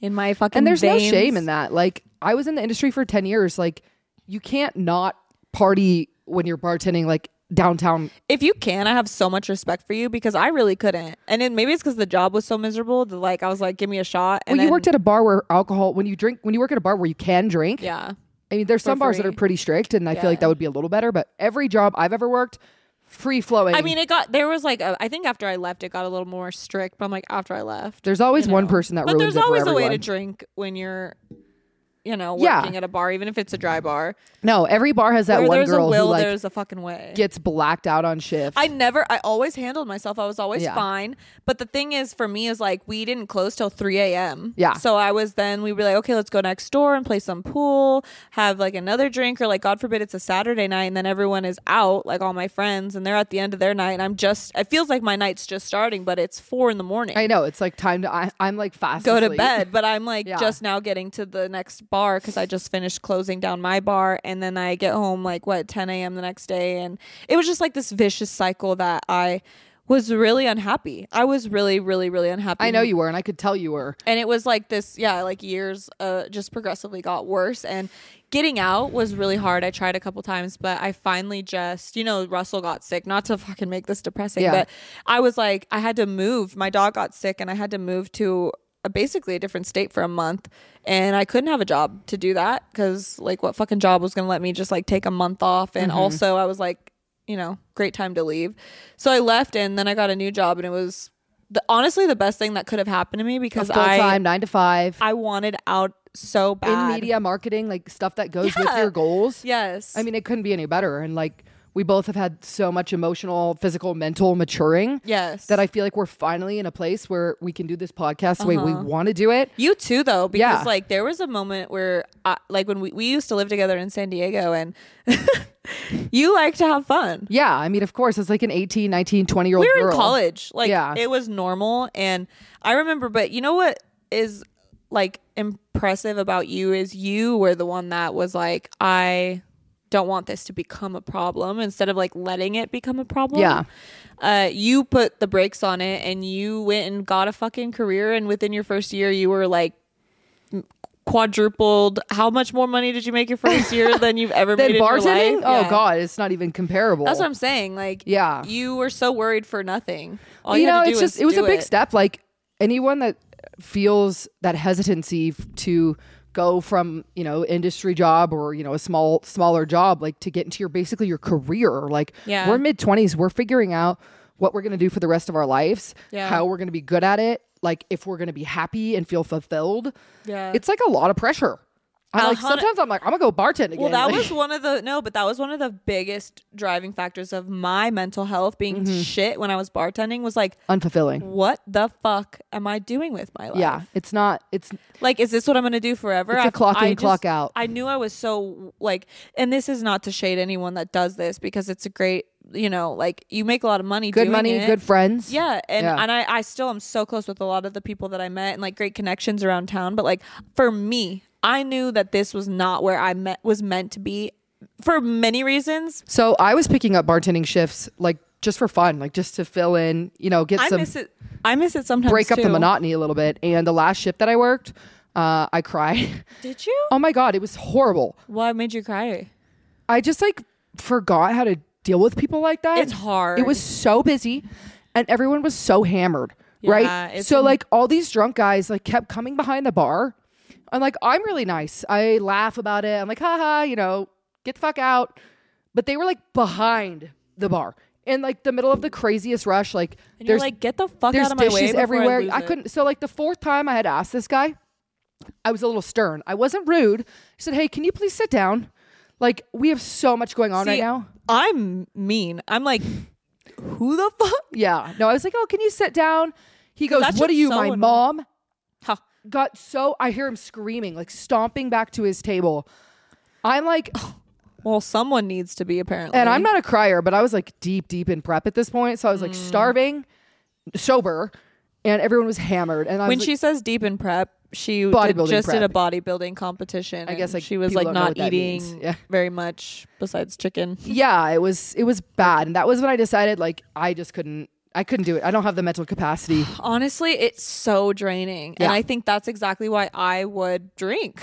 [SPEAKER 1] in my fucking
[SPEAKER 2] And there's no
[SPEAKER 1] veins.
[SPEAKER 2] shame in that. Like I was in the industry for 10 years. Like you can't not party when you're bartending like downtown.
[SPEAKER 1] If you can, I have so much respect for you because I really couldn't. And it, maybe it's because the job was so miserable that like I was like, give me a shot. And
[SPEAKER 2] Well, you
[SPEAKER 1] then-
[SPEAKER 2] worked at a bar where alcohol when you drink when you work at a bar where you can drink.
[SPEAKER 1] yeah.
[SPEAKER 2] I mean, there's some bars that
[SPEAKER 1] free.
[SPEAKER 2] are pretty strict and I
[SPEAKER 1] Yeah.
[SPEAKER 2] feel like that would be a little better, but every job I've ever worked free flowing.
[SPEAKER 1] I mean, it got there was like a, I think after I left, it got a little more strict. But I'm like after I left,
[SPEAKER 2] there's always
[SPEAKER 1] you
[SPEAKER 2] one
[SPEAKER 1] know.
[SPEAKER 2] person that
[SPEAKER 1] but
[SPEAKER 2] ruins
[SPEAKER 1] there's
[SPEAKER 2] it for
[SPEAKER 1] always a
[SPEAKER 2] everyone.
[SPEAKER 1] way to drink when you're, you know,
[SPEAKER 2] Yeah.
[SPEAKER 1] working at a bar, even if it's a dry bar.
[SPEAKER 2] no, every bar has that
[SPEAKER 1] Where
[SPEAKER 2] one
[SPEAKER 1] there's
[SPEAKER 2] girl
[SPEAKER 1] a will,
[SPEAKER 2] who like
[SPEAKER 1] there's a fucking way.
[SPEAKER 2] gets blacked out on shift.
[SPEAKER 1] I never, I always handled myself. I was always
[SPEAKER 2] Yeah.
[SPEAKER 1] fine. But the thing is, for me, is like we didn't close till 3 a.m.
[SPEAKER 2] Yeah.
[SPEAKER 1] So I was then, we were like, okay, let's go next door and play some pool, have like another drink, or like, God forbid, it's a Saturday night and then everyone is out, like all my friends, and they're at the end of their night. And I'm just, it feels like my night's just starting, but it's four in the morning.
[SPEAKER 2] I know it's like time to I, I'm like fast
[SPEAKER 1] go to
[SPEAKER 2] asleep.
[SPEAKER 1] bed but i'm like
[SPEAKER 2] Yeah.
[SPEAKER 1] just now getting to the next bar because i just finished closing down my bar and then i get home like what 10 a.m the next day and it was just like this vicious cycle that i was really unhappy. I was really, really, really unhappy.
[SPEAKER 2] I know you were, and I could tell you were.
[SPEAKER 1] and it was like this yeah like years uh just progressively got worse and getting out was really hard i tried a couple times but i finally just you know russell got sick not to fucking make this depressing
[SPEAKER 2] Yeah.
[SPEAKER 1] but i was like i had to move my dog got sick and i had to move to a, basically a different state for a month and i couldn't have a job to do that because like what fucking job was gonna let me just like take a month off and also i was like you know great time to leave so i left and then i got a new job and it was the, honestly the best thing that could have happened to me because
[SPEAKER 2] Full
[SPEAKER 1] I
[SPEAKER 2] time, nine to five.
[SPEAKER 1] I wanted out so bad.
[SPEAKER 2] in media marketing, like stuff that goes with
[SPEAKER 1] Yeah.
[SPEAKER 2] your goals.
[SPEAKER 1] Yes.
[SPEAKER 2] I mean, it couldn't be any better. And like, we both have had so much emotional, physical, mental maturing
[SPEAKER 1] yes.
[SPEAKER 2] that I feel like we're finally in a place where we can do this podcast the way
[SPEAKER 1] Uh-huh.
[SPEAKER 2] we want to do it.
[SPEAKER 1] you too though because
[SPEAKER 2] Yeah.
[SPEAKER 1] like there was a moment where I, like when we, we used to live together in San Diego and you like to have fun.
[SPEAKER 2] Yeah. I mean, of course, it's like an 18, 19, 20 year old
[SPEAKER 1] we were
[SPEAKER 2] girl.
[SPEAKER 1] in college like
[SPEAKER 2] Yeah.
[SPEAKER 1] it was normal and i remember but you know what is like impressive about you is you were the one that was like i don't want this to become a problem instead of like letting it become a problem
[SPEAKER 2] Yeah.
[SPEAKER 1] uh, you put the brakes on it and you went and got a fucking career and within your first year you were like m- quadrupled how much more money did you make your first year than you've ever
[SPEAKER 2] Then
[SPEAKER 1] made in your life?
[SPEAKER 2] bartending? Oh,
[SPEAKER 1] Yeah.
[SPEAKER 2] God, it's not even comparable.
[SPEAKER 1] That's what I'm saying. Like,
[SPEAKER 2] Yeah.
[SPEAKER 1] you were so worried for nothing. All
[SPEAKER 2] you,
[SPEAKER 1] you,
[SPEAKER 2] know,
[SPEAKER 1] had to do
[SPEAKER 2] it's just
[SPEAKER 1] was
[SPEAKER 2] it was a
[SPEAKER 1] do
[SPEAKER 2] big step. Like anyone that feels that hesitancy f- to go from you know industry job or you know a small smaller job like to get into your basically your career like
[SPEAKER 1] Yeah.
[SPEAKER 2] we're mid 20s we're figuring out what we're going to do for the rest of our lives
[SPEAKER 1] Yeah.
[SPEAKER 2] how we're going to be good at it like if we're going to be happy and feel fulfilled
[SPEAKER 1] Yeah.
[SPEAKER 2] it's like a lot of pressure i like
[SPEAKER 1] A hundred-
[SPEAKER 2] sometimes i'm like i'm going to go bartend again
[SPEAKER 1] Well, that
[SPEAKER 2] Like,
[SPEAKER 1] was one of the no, but that was one of the biggest driving factors of my mental health being
[SPEAKER 2] Mm-hmm.
[SPEAKER 1] shit when I was bartending. Was like,
[SPEAKER 2] unfulfilling
[SPEAKER 1] what the fuck am I doing with my life?
[SPEAKER 2] yeah it's not it's
[SPEAKER 1] Like, is this what I'm going to do forever?
[SPEAKER 2] It's a
[SPEAKER 1] I-
[SPEAKER 2] clock
[SPEAKER 1] I
[SPEAKER 2] in, clock out.
[SPEAKER 1] I knew I was so like, and this is not to shade anyone that does this because it's a great, you know, like you make a lot of money.
[SPEAKER 2] good
[SPEAKER 1] doing
[SPEAKER 2] money
[SPEAKER 1] it.
[SPEAKER 2] good friends
[SPEAKER 1] Yeah, and
[SPEAKER 2] Yeah.
[SPEAKER 1] and I, I still am so close with a lot of the people that I met and like great connections around town. But like for me, I knew that this was not where I met was meant to be for many reasons.
[SPEAKER 2] So I was picking up bartending shifts like just for fun, like just to fill in, you know, get
[SPEAKER 1] I
[SPEAKER 2] some
[SPEAKER 1] miss it. I miss it sometimes.
[SPEAKER 2] break up the
[SPEAKER 1] too.
[SPEAKER 2] monotony a little bit. And the last shift that I worked, uh, I cried.
[SPEAKER 1] Did you?
[SPEAKER 2] oh my god, it was horrible.
[SPEAKER 1] What made you cry?
[SPEAKER 2] I just like forgot how to deal with people like that.
[SPEAKER 1] It's hard.
[SPEAKER 2] It was so busy, and everyone was so hammered,
[SPEAKER 1] Yeah,
[SPEAKER 2] right?
[SPEAKER 1] it's-
[SPEAKER 2] So like all these drunk guys like kept coming behind the bar. I'm like, I'm really nice. I laugh about it. I'm like, haha, you know, get the fuck out. But they were like behind the bar in like the middle of the craziest rush. Like
[SPEAKER 1] And you're
[SPEAKER 2] there's
[SPEAKER 1] like, get the fuck
[SPEAKER 2] there's
[SPEAKER 1] out of my way.
[SPEAKER 2] dishes
[SPEAKER 1] before
[SPEAKER 2] everywhere.
[SPEAKER 1] I, lose
[SPEAKER 2] I
[SPEAKER 1] it."
[SPEAKER 2] couldn't. So like the fourth time I had asked this guy, I was a little stern. I wasn't rude. I said, "Hey, can you please sit down? Like we have so much going on
[SPEAKER 1] See,
[SPEAKER 2] right now."
[SPEAKER 1] I'm mean. I'm like, who the fuck?
[SPEAKER 2] Yeah. No, I was like, "Oh, can you sit down?" He goes,
[SPEAKER 1] that
[SPEAKER 2] "What are
[SPEAKER 1] shit's
[SPEAKER 2] you,
[SPEAKER 1] so
[SPEAKER 2] my
[SPEAKER 1] annoying.
[SPEAKER 2] mom?"
[SPEAKER 1] Huh.
[SPEAKER 2] Got so I hear him screaming, like stomping back to his table. I'm like,
[SPEAKER 1] Oh, Well, someone needs to be apparently.
[SPEAKER 2] and I'm not a crier, but I was like deep, deep in prep at this point, so I was
[SPEAKER 1] Mm.
[SPEAKER 2] like starving, sober, and everyone was hammered. And I was
[SPEAKER 1] when
[SPEAKER 2] like,
[SPEAKER 1] she says deep in prep, she did-
[SPEAKER 2] Bodybuilding
[SPEAKER 1] just did a
[SPEAKER 2] prep.
[SPEAKER 1] bodybuilding competition. I
[SPEAKER 2] guess, like,
[SPEAKER 1] she was
[SPEAKER 2] people
[SPEAKER 1] like
[SPEAKER 2] don't know
[SPEAKER 1] not
[SPEAKER 2] what that means.
[SPEAKER 1] eating
[SPEAKER 2] Yeah.
[SPEAKER 1] very much besides chicken.
[SPEAKER 2] yeah it was it was bad and that was when i decided like i just couldn't i couldn't do it i don't have the mental capacity
[SPEAKER 1] Honestly, it's so draining, and
[SPEAKER 2] Yeah.
[SPEAKER 1] I think that's exactly why I would drink.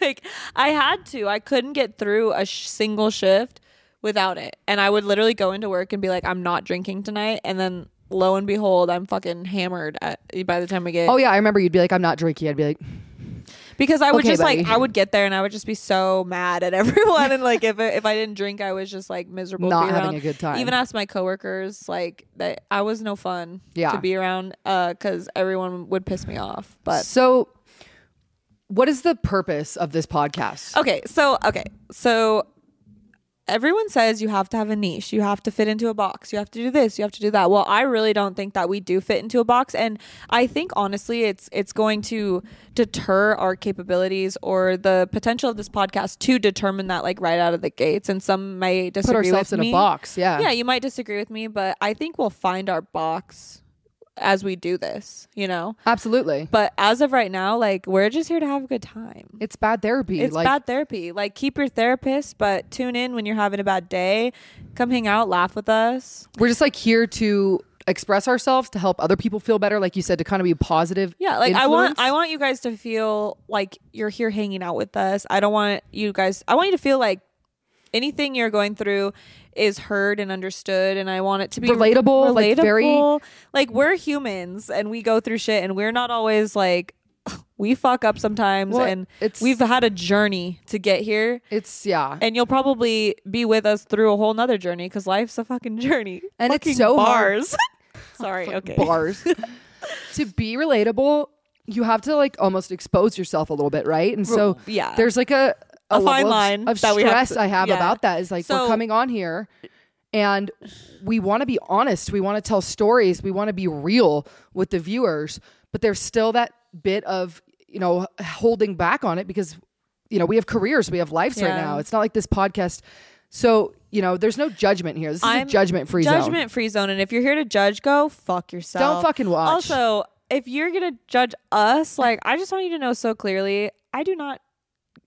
[SPEAKER 1] like I had to. I couldn't get through a sh- single shift without it, and I would literally go into work and be like, "I'm not drinking tonight," and then lo and behold, I'm fucking hammered at, by the time we get.
[SPEAKER 2] oh yeah i remember you'd be like i'm not drinking i'd be like
[SPEAKER 1] because I would
[SPEAKER 2] Okay,
[SPEAKER 1] just like
[SPEAKER 2] buddy.
[SPEAKER 1] I would get there and I would just be so mad at everyone and like if if I didn't drink I was just like miserable to
[SPEAKER 2] Not
[SPEAKER 1] be
[SPEAKER 2] having
[SPEAKER 1] around.
[SPEAKER 2] a good time.
[SPEAKER 1] Even asked my coworkers like that I was no fun
[SPEAKER 2] Yeah.
[SPEAKER 1] to be around because everyone would piss me off. But
[SPEAKER 2] so what is the purpose of this podcast
[SPEAKER 1] okay, so okay, so everyone says you have to have a niche, you have to fit into a box, you have to do this, you have to do that. Well, I really don't think that we do fit into a box and I think honestly it's it's going to deter our capabilities or the potential of this podcast to determine that like right out of the gates and some may
[SPEAKER 2] put
[SPEAKER 1] disagree
[SPEAKER 2] ourselves
[SPEAKER 1] with
[SPEAKER 2] in
[SPEAKER 1] me.
[SPEAKER 2] a box yeah
[SPEAKER 1] Yeah, you might disagree with me, but I think we'll find our box as we do this, you know?
[SPEAKER 2] absolutely
[SPEAKER 1] But as of right now, like we're just here to have a good time.
[SPEAKER 2] it's bad therapy
[SPEAKER 1] It's
[SPEAKER 2] like
[SPEAKER 1] bad therapy. Like keep your therapist, but tune in when you're having a bad day. Come hang out, laugh with us.
[SPEAKER 2] we're just like here to express ourselves to help other people feel better like you said to kind of be a positive
[SPEAKER 1] Yeah, like I want
[SPEAKER 2] influence.
[SPEAKER 1] I want you guys to feel like you're here hanging out with us. I don't want you guys I want you to feel like anything you're going through is heard and understood and I want it to be
[SPEAKER 2] Relatable, like, very-
[SPEAKER 1] relatable. like we're humans and we go through shit and we're not always like we fuck up sometimes
[SPEAKER 2] Well,
[SPEAKER 1] and
[SPEAKER 2] it's-
[SPEAKER 1] we've had a journey to get here
[SPEAKER 2] it's yeah
[SPEAKER 1] and you'll probably be with us through a whole nother journey because life's a fucking journey
[SPEAKER 2] And it's
[SPEAKER 1] fucking
[SPEAKER 2] so hard.
[SPEAKER 1] bars sorry okay
[SPEAKER 2] bars to be relatable you have to like almost expose yourself a little bit right and so
[SPEAKER 1] yeah.
[SPEAKER 2] there's like a
[SPEAKER 1] A
[SPEAKER 2] level
[SPEAKER 1] fine
[SPEAKER 2] of-
[SPEAKER 1] line
[SPEAKER 2] of
[SPEAKER 1] that we have
[SPEAKER 2] stress
[SPEAKER 1] to-
[SPEAKER 2] i have
[SPEAKER 1] yeah.
[SPEAKER 2] about that is like we're
[SPEAKER 1] So-
[SPEAKER 2] coming on here and we want to be honest we want to tell stories we want to be real with the viewers but there's still that bit of you know holding back on it because you know we have careers we have lives right
[SPEAKER 1] Yeah.
[SPEAKER 2] now it's not like this podcast so you know there's no judgment here this is a
[SPEAKER 1] I'm-
[SPEAKER 2] judgment free zone
[SPEAKER 1] Judgment free zone. And if you're here to judge, go fuck yourself.
[SPEAKER 2] Don't fucking watch.
[SPEAKER 1] Also, if you're gonna judge us, like I just want you to know so clearly, I do not,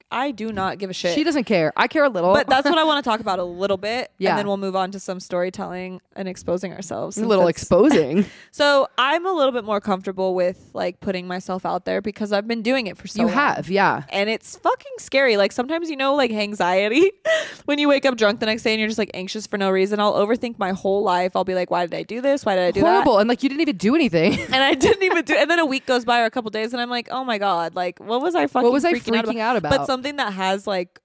[SPEAKER 1] I do not give a shit.
[SPEAKER 2] she doesn't care i care a little
[SPEAKER 1] but that's what I want to talk about a little bit,
[SPEAKER 2] Yeah.
[SPEAKER 1] and then we'll move on to some storytelling and exposing ourselves.
[SPEAKER 2] a
[SPEAKER 1] since
[SPEAKER 2] little
[SPEAKER 1] that's-
[SPEAKER 2] exposing.
[SPEAKER 1] so I'm a little bit more comfortable with like putting myself out there because I've been doing it for so
[SPEAKER 2] you
[SPEAKER 1] long.
[SPEAKER 2] have, yeah.
[SPEAKER 1] and it's fucking scary. Like sometimes you know, like anxiety when you wake up drunk the next day and you're just like anxious for no reason. I'll overthink my whole life. I'll be like, why did I do this? Why did I do
[SPEAKER 2] Horrible. And like you didn't even do anything.
[SPEAKER 1] that? And I didn't even do. And then a week goes by or a couple days, and I'm like, oh my god, like what was I fucking?
[SPEAKER 2] what was I
[SPEAKER 1] freaking, out, about?
[SPEAKER 2] freaking out about?
[SPEAKER 1] But something that has like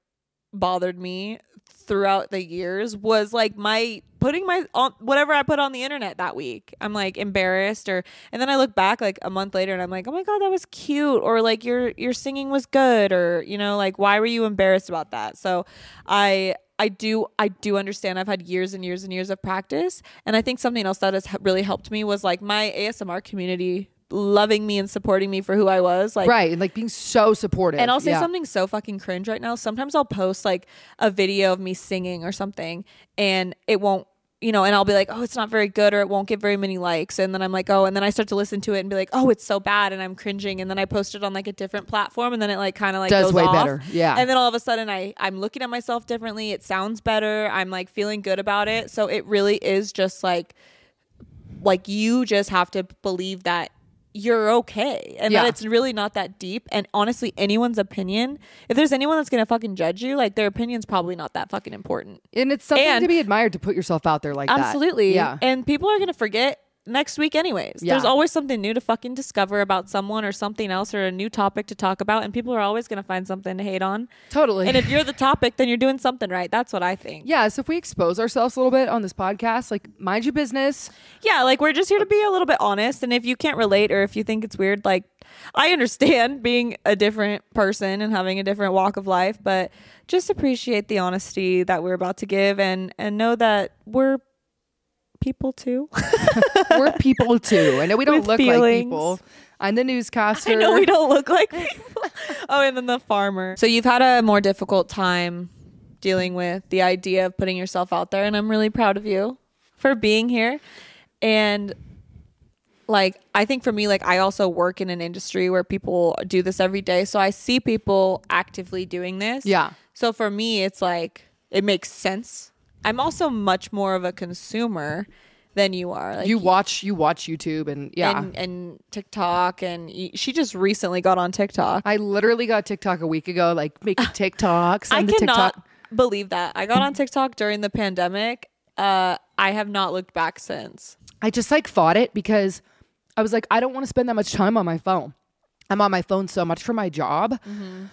[SPEAKER 1] bothered me throughout the years was like my putting my on whatever I put on the internet that week. I'm like embarrassed or and then I look back like a month later and I'm like, "Oh my god, that was cute." Or like your your singing was good or you know, like why were you embarrassed about that? So I I do I do understand I've had years and years and years of practice and I think something else that has h- really helped me was like my ASMR community loving me and supporting me for who I was like
[SPEAKER 2] right. And like being so supportive.
[SPEAKER 1] and I'll say
[SPEAKER 2] yeah.
[SPEAKER 1] something so fucking cringe right now. Sometimes I'll post like a video of me singing or something and it won't, you know, and I'll be like, oh, it's not very good or it won't get very many likes. And then I'm like, oh, and then I start to listen to it and be like, oh, it's so bad. And I'm cringing. And then I post it on like a different platform and then it like kind of like
[SPEAKER 2] Does
[SPEAKER 1] goes
[SPEAKER 2] way
[SPEAKER 1] off.
[SPEAKER 2] better. Yeah.
[SPEAKER 1] And then all of a sudden I, I'm looking at myself differently. It sounds better. I'm like feeling good about it. So it really is just like, like you just have to believe that you're okay and
[SPEAKER 2] Yeah.
[SPEAKER 1] that it's really not that deep and honestly anyone's opinion if there's anyone that's gonna fucking judge you like their opinion's probably not that fucking important
[SPEAKER 2] And it's something
[SPEAKER 1] and-
[SPEAKER 2] to be admired to put yourself out there like that.
[SPEAKER 1] absolutely
[SPEAKER 2] Yeah.
[SPEAKER 1] and people are gonna forget next week anyways
[SPEAKER 2] Yeah.
[SPEAKER 1] there's always something new to fucking discover about someone or something else or a new topic to talk about and people are always gonna find something to hate on
[SPEAKER 2] totally.
[SPEAKER 1] and if you're the topic then you're doing something right that's what i think
[SPEAKER 2] yeah, so if we expose ourselves a little bit on this podcast, like mind your business.
[SPEAKER 1] Yeah, like we're just here to be a little bit honest. And if you can't relate or if you think it's weird, like I understand being a different person and having a different walk of life, but just appreciate the honesty that we're about to give and and know that we're people too.
[SPEAKER 2] We're people too. I know we don't
[SPEAKER 1] With
[SPEAKER 2] look like
[SPEAKER 1] feelings.
[SPEAKER 2] people. I'm the newscaster.
[SPEAKER 1] I know we don't look like people. oh, and then the farmer. So you've had a more difficult time dealing with the idea of putting yourself out there, and I'm really proud of you for being here. And like I think for me, like I also work in an industry where people do this every day, so I see people actively doing this.
[SPEAKER 2] Yeah.
[SPEAKER 1] So for me, it's like it makes sense. I'm also much more of a consumer than you are. Like,
[SPEAKER 2] you watch you watch YouTube and yeah.
[SPEAKER 1] and, and TikTok, and y- she just recently got on TikTok.
[SPEAKER 2] I literally got TikTok a week ago, like making TikToks.
[SPEAKER 1] I
[SPEAKER 2] and the
[SPEAKER 1] cannot
[SPEAKER 2] TikTok.
[SPEAKER 1] believe that I got on TikTok during the pandemic. Uh, I have not looked back since.
[SPEAKER 2] I just like fought it because I was like, I don't want to spend that much time on my phone. I'm on my phone so much for my job,
[SPEAKER 1] Mm-hmm.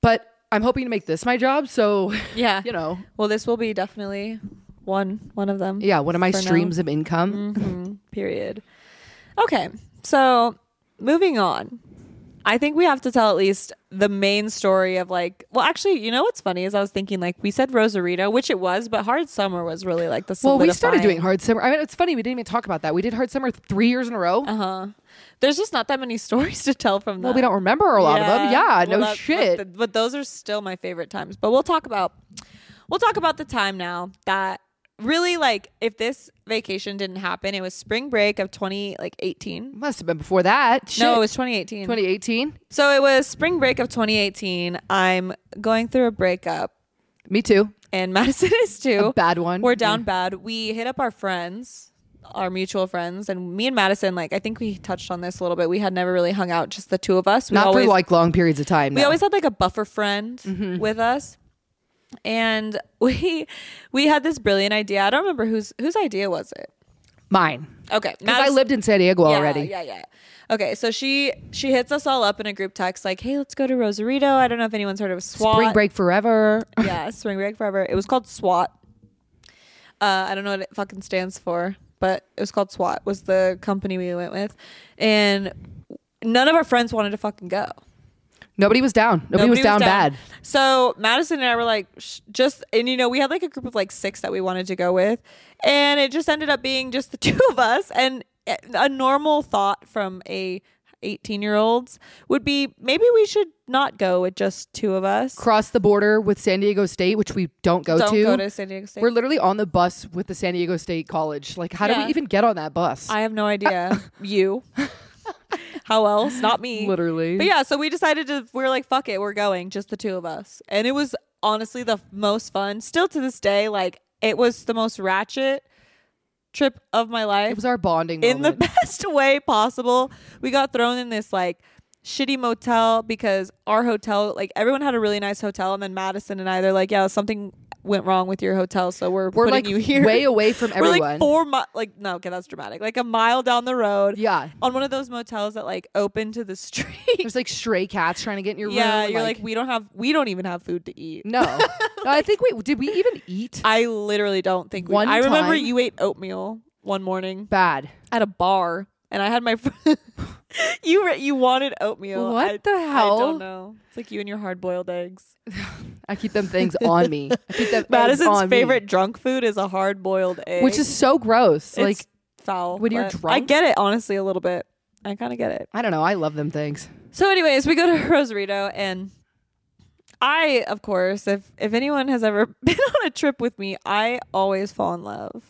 [SPEAKER 2] but I'm hoping to make this my job. So,
[SPEAKER 1] Yeah,
[SPEAKER 2] you know,
[SPEAKER 1] Well, this will be definitely one one of them.
[SPEAKER 2] yeah, one of my
[SPEAKER 1] For now. Mm-hmm.
[SPEAKER 2] streams of income.
[SPEAKER 1] Period. Okay, so moving on. I think we have to tell at least the main story of like. Well, actually, you know what's funny is I was thinking like we said Rosarito, which it was, but Hard Summer was really like the.
[SPEAKER 2] Well, we started doing
[SPEAKER 1] solidifying-
[SPEAKER 2] hard summer. I mean, it's funny we didn't even talk about that. We did hard summer three years in a row.
[SPEAKER 1] Uh huh. There's just not that many stories to tell from that.
[SPEAKER 2] Well, we don't remember a lot of them. Yeah,
[SPEAKER 1] Uh-huh. Well,
[SPEAKER 2] no
[SPEAKER 1] that-
[SPEAKER 2] shit.
[SPEAKER 1] But, th- but those are still my favorite times. But we'll talk about we'll talk about the time now that really like if this vacation didn't happen, it was spring break of twenty like eighteen.
[SPEAKER 2] Must have been before that. Shit.
[SPEAKER 1] No, it was 2018.
[SPEAKER 2] 2018.
[SPEAKER 1] So it was spring break of 2018. I'm going through a breakup,
[SPEAKER 2] Me too.
[SPEAKER 1] and Madison is too.
[SPEAKER 2] Bad one.
[SPEAKER 1] We're down bad. We hit up our friends. our mutual friends and me and Madison, like I think we touched on this a little bit. We had never really hung out, just the two of us. We
[SPEAKER 2] Not
[SPEAKER 1] always,
[SPEAKER 2] for like Mm-hmm. long periods of time.
[SPEAKER 1] we
[SPEAKER 2] no.
[SPEAKER 1] always had like a buffer friend with us. And we we had this brilliant idea. I don't remember whose whose idea was it.
[SPEAKER 2] mine
[SPEAKER 1] Okay.
[SPEAKER 2] because I
[SPEAKER 1] Madison-
[SPEAKER 2] lived in San Diego
[SPEAKER 1] yeah,
[SPEAKER 2] already.
[SPEAKER 1] Yeah, yeah. Okay, so she she hits us all up in a group text like, "Hey, let's go to Rosarito." I don't know if anyone's heard of SWAT.
[SPEAKER 2] Spring break forever.
[SPEAKER 1] yeah, spring break forever. It was called SWAT. Uh, I don't know what it fucking stands for, but it was called SWAT. Was the company we went with, and none of our friends wanted to fucking go.
[SPEAKER 2] Nobody was down. Nobody, was, down, bad.
[SPEAKER 1] So Madison and I were like, sh- just and you know we had like a group of like six that we wanted to go with, and it just ended up being just the two of us. And a- a normal thought from a eighteen year olds would be maybe we should not go with just two of us.
[SPEAKER 2] Cross the border with San Diego State, which we don't go
[SPEAKER 1] Don't
[SPEAKER 2] to.
[SPEAKER 1] go to San Diego State.
[SPEAKER 2] We're literally on the bus with the San Diego State College. Like, how do
[SPEAKER 1] Yeah.
[SPEAKER 2] we even get on that bus?
[SPEAKER 1] I have no idea. you. How else? Not me.
[SPEAKER 2] Literally.
[SPEAKER 1] But yeah, so we decided to, we were like, fuck it, we're going, just the two of us. And it was honestly the most fun. Still to this day, like, it was the most ratchet trip of my
[SPEAKER 2] it
[SPEAKER 1] life
[SPEAKER 2] was our bonding
[SPEAKER 1] in the
[SPEAKER 2] moment.
[SPEAKER 1] best way possible. We got thrown in this, like, shitty motel because our hotel, like, everyone had a really nice hotel. And then Madison and I, they're like, yeah, something went wrong with your hotel. So we're,
[SPEAKER 2] We're
[SPEAKER 1] putting
[SPEAKER 2] like
[SPEAKER 1] you here.
[SPEAKER 2] way away from everyone.
[SPEAKER 1] We're like four mi- like no, okay, that's dramatic. Like a mile down the road.
[SPEAKER 2] yeah.
[SPEAKER 1] On one of those motels that like open to the street.
[SPEAKER 2] There's like stray cats trying to get in your room. Mm.
[SPEAKER 1] yeah, you're like, we don't have we don't even have food to eat.
[SPEAKER 2] no. No, I think we did. We even eat
[SPEAKER 1] I literally don't think we
[SPEAKER 2] One
[SPEAKER 1] I remember
[SPEAKER 2] time-
[SPEAKER 1] you ate oatmeal one morning
[SPEAKER 2] bad.
[SPEAKER 1] at a bar and I had my fr- you re- you wanted oatmeal.
[SPEAKER 2] What
[SPEAKER 1] I-
[SPEAKER 2] the
[SPEAKER 1] I
[SPEAKER 2] hell?
[SPEAKER 1] don't know. It's like you and your hard boiled eggs.
[SPEAKER 2] I keep them things on me. I keep them eggs on
[SPEAKER 1] Madison's
[SPEAKER 2] me,
[SPEAKER 1] favorite drunk food is a hard boiled egg.
[SPEAKER 2] which is so gross.
[SPEAKER 1] It's
[SPEAKER 2] like
[SPEAKER 1] foul.
[SPEAKER 2] when you're
[SPEAKER 1] but I
[SPEAKER 2] drunk?
[SPEAKER 1] get it honestly a little bit. I kind of get it.
[SPEAKER 2] I don't know. I love them things.
[SPEAKER 1] So, anyways, we go to Rosarito, and I, of course, if if anyone has ever been on a trip with me, I always fall in love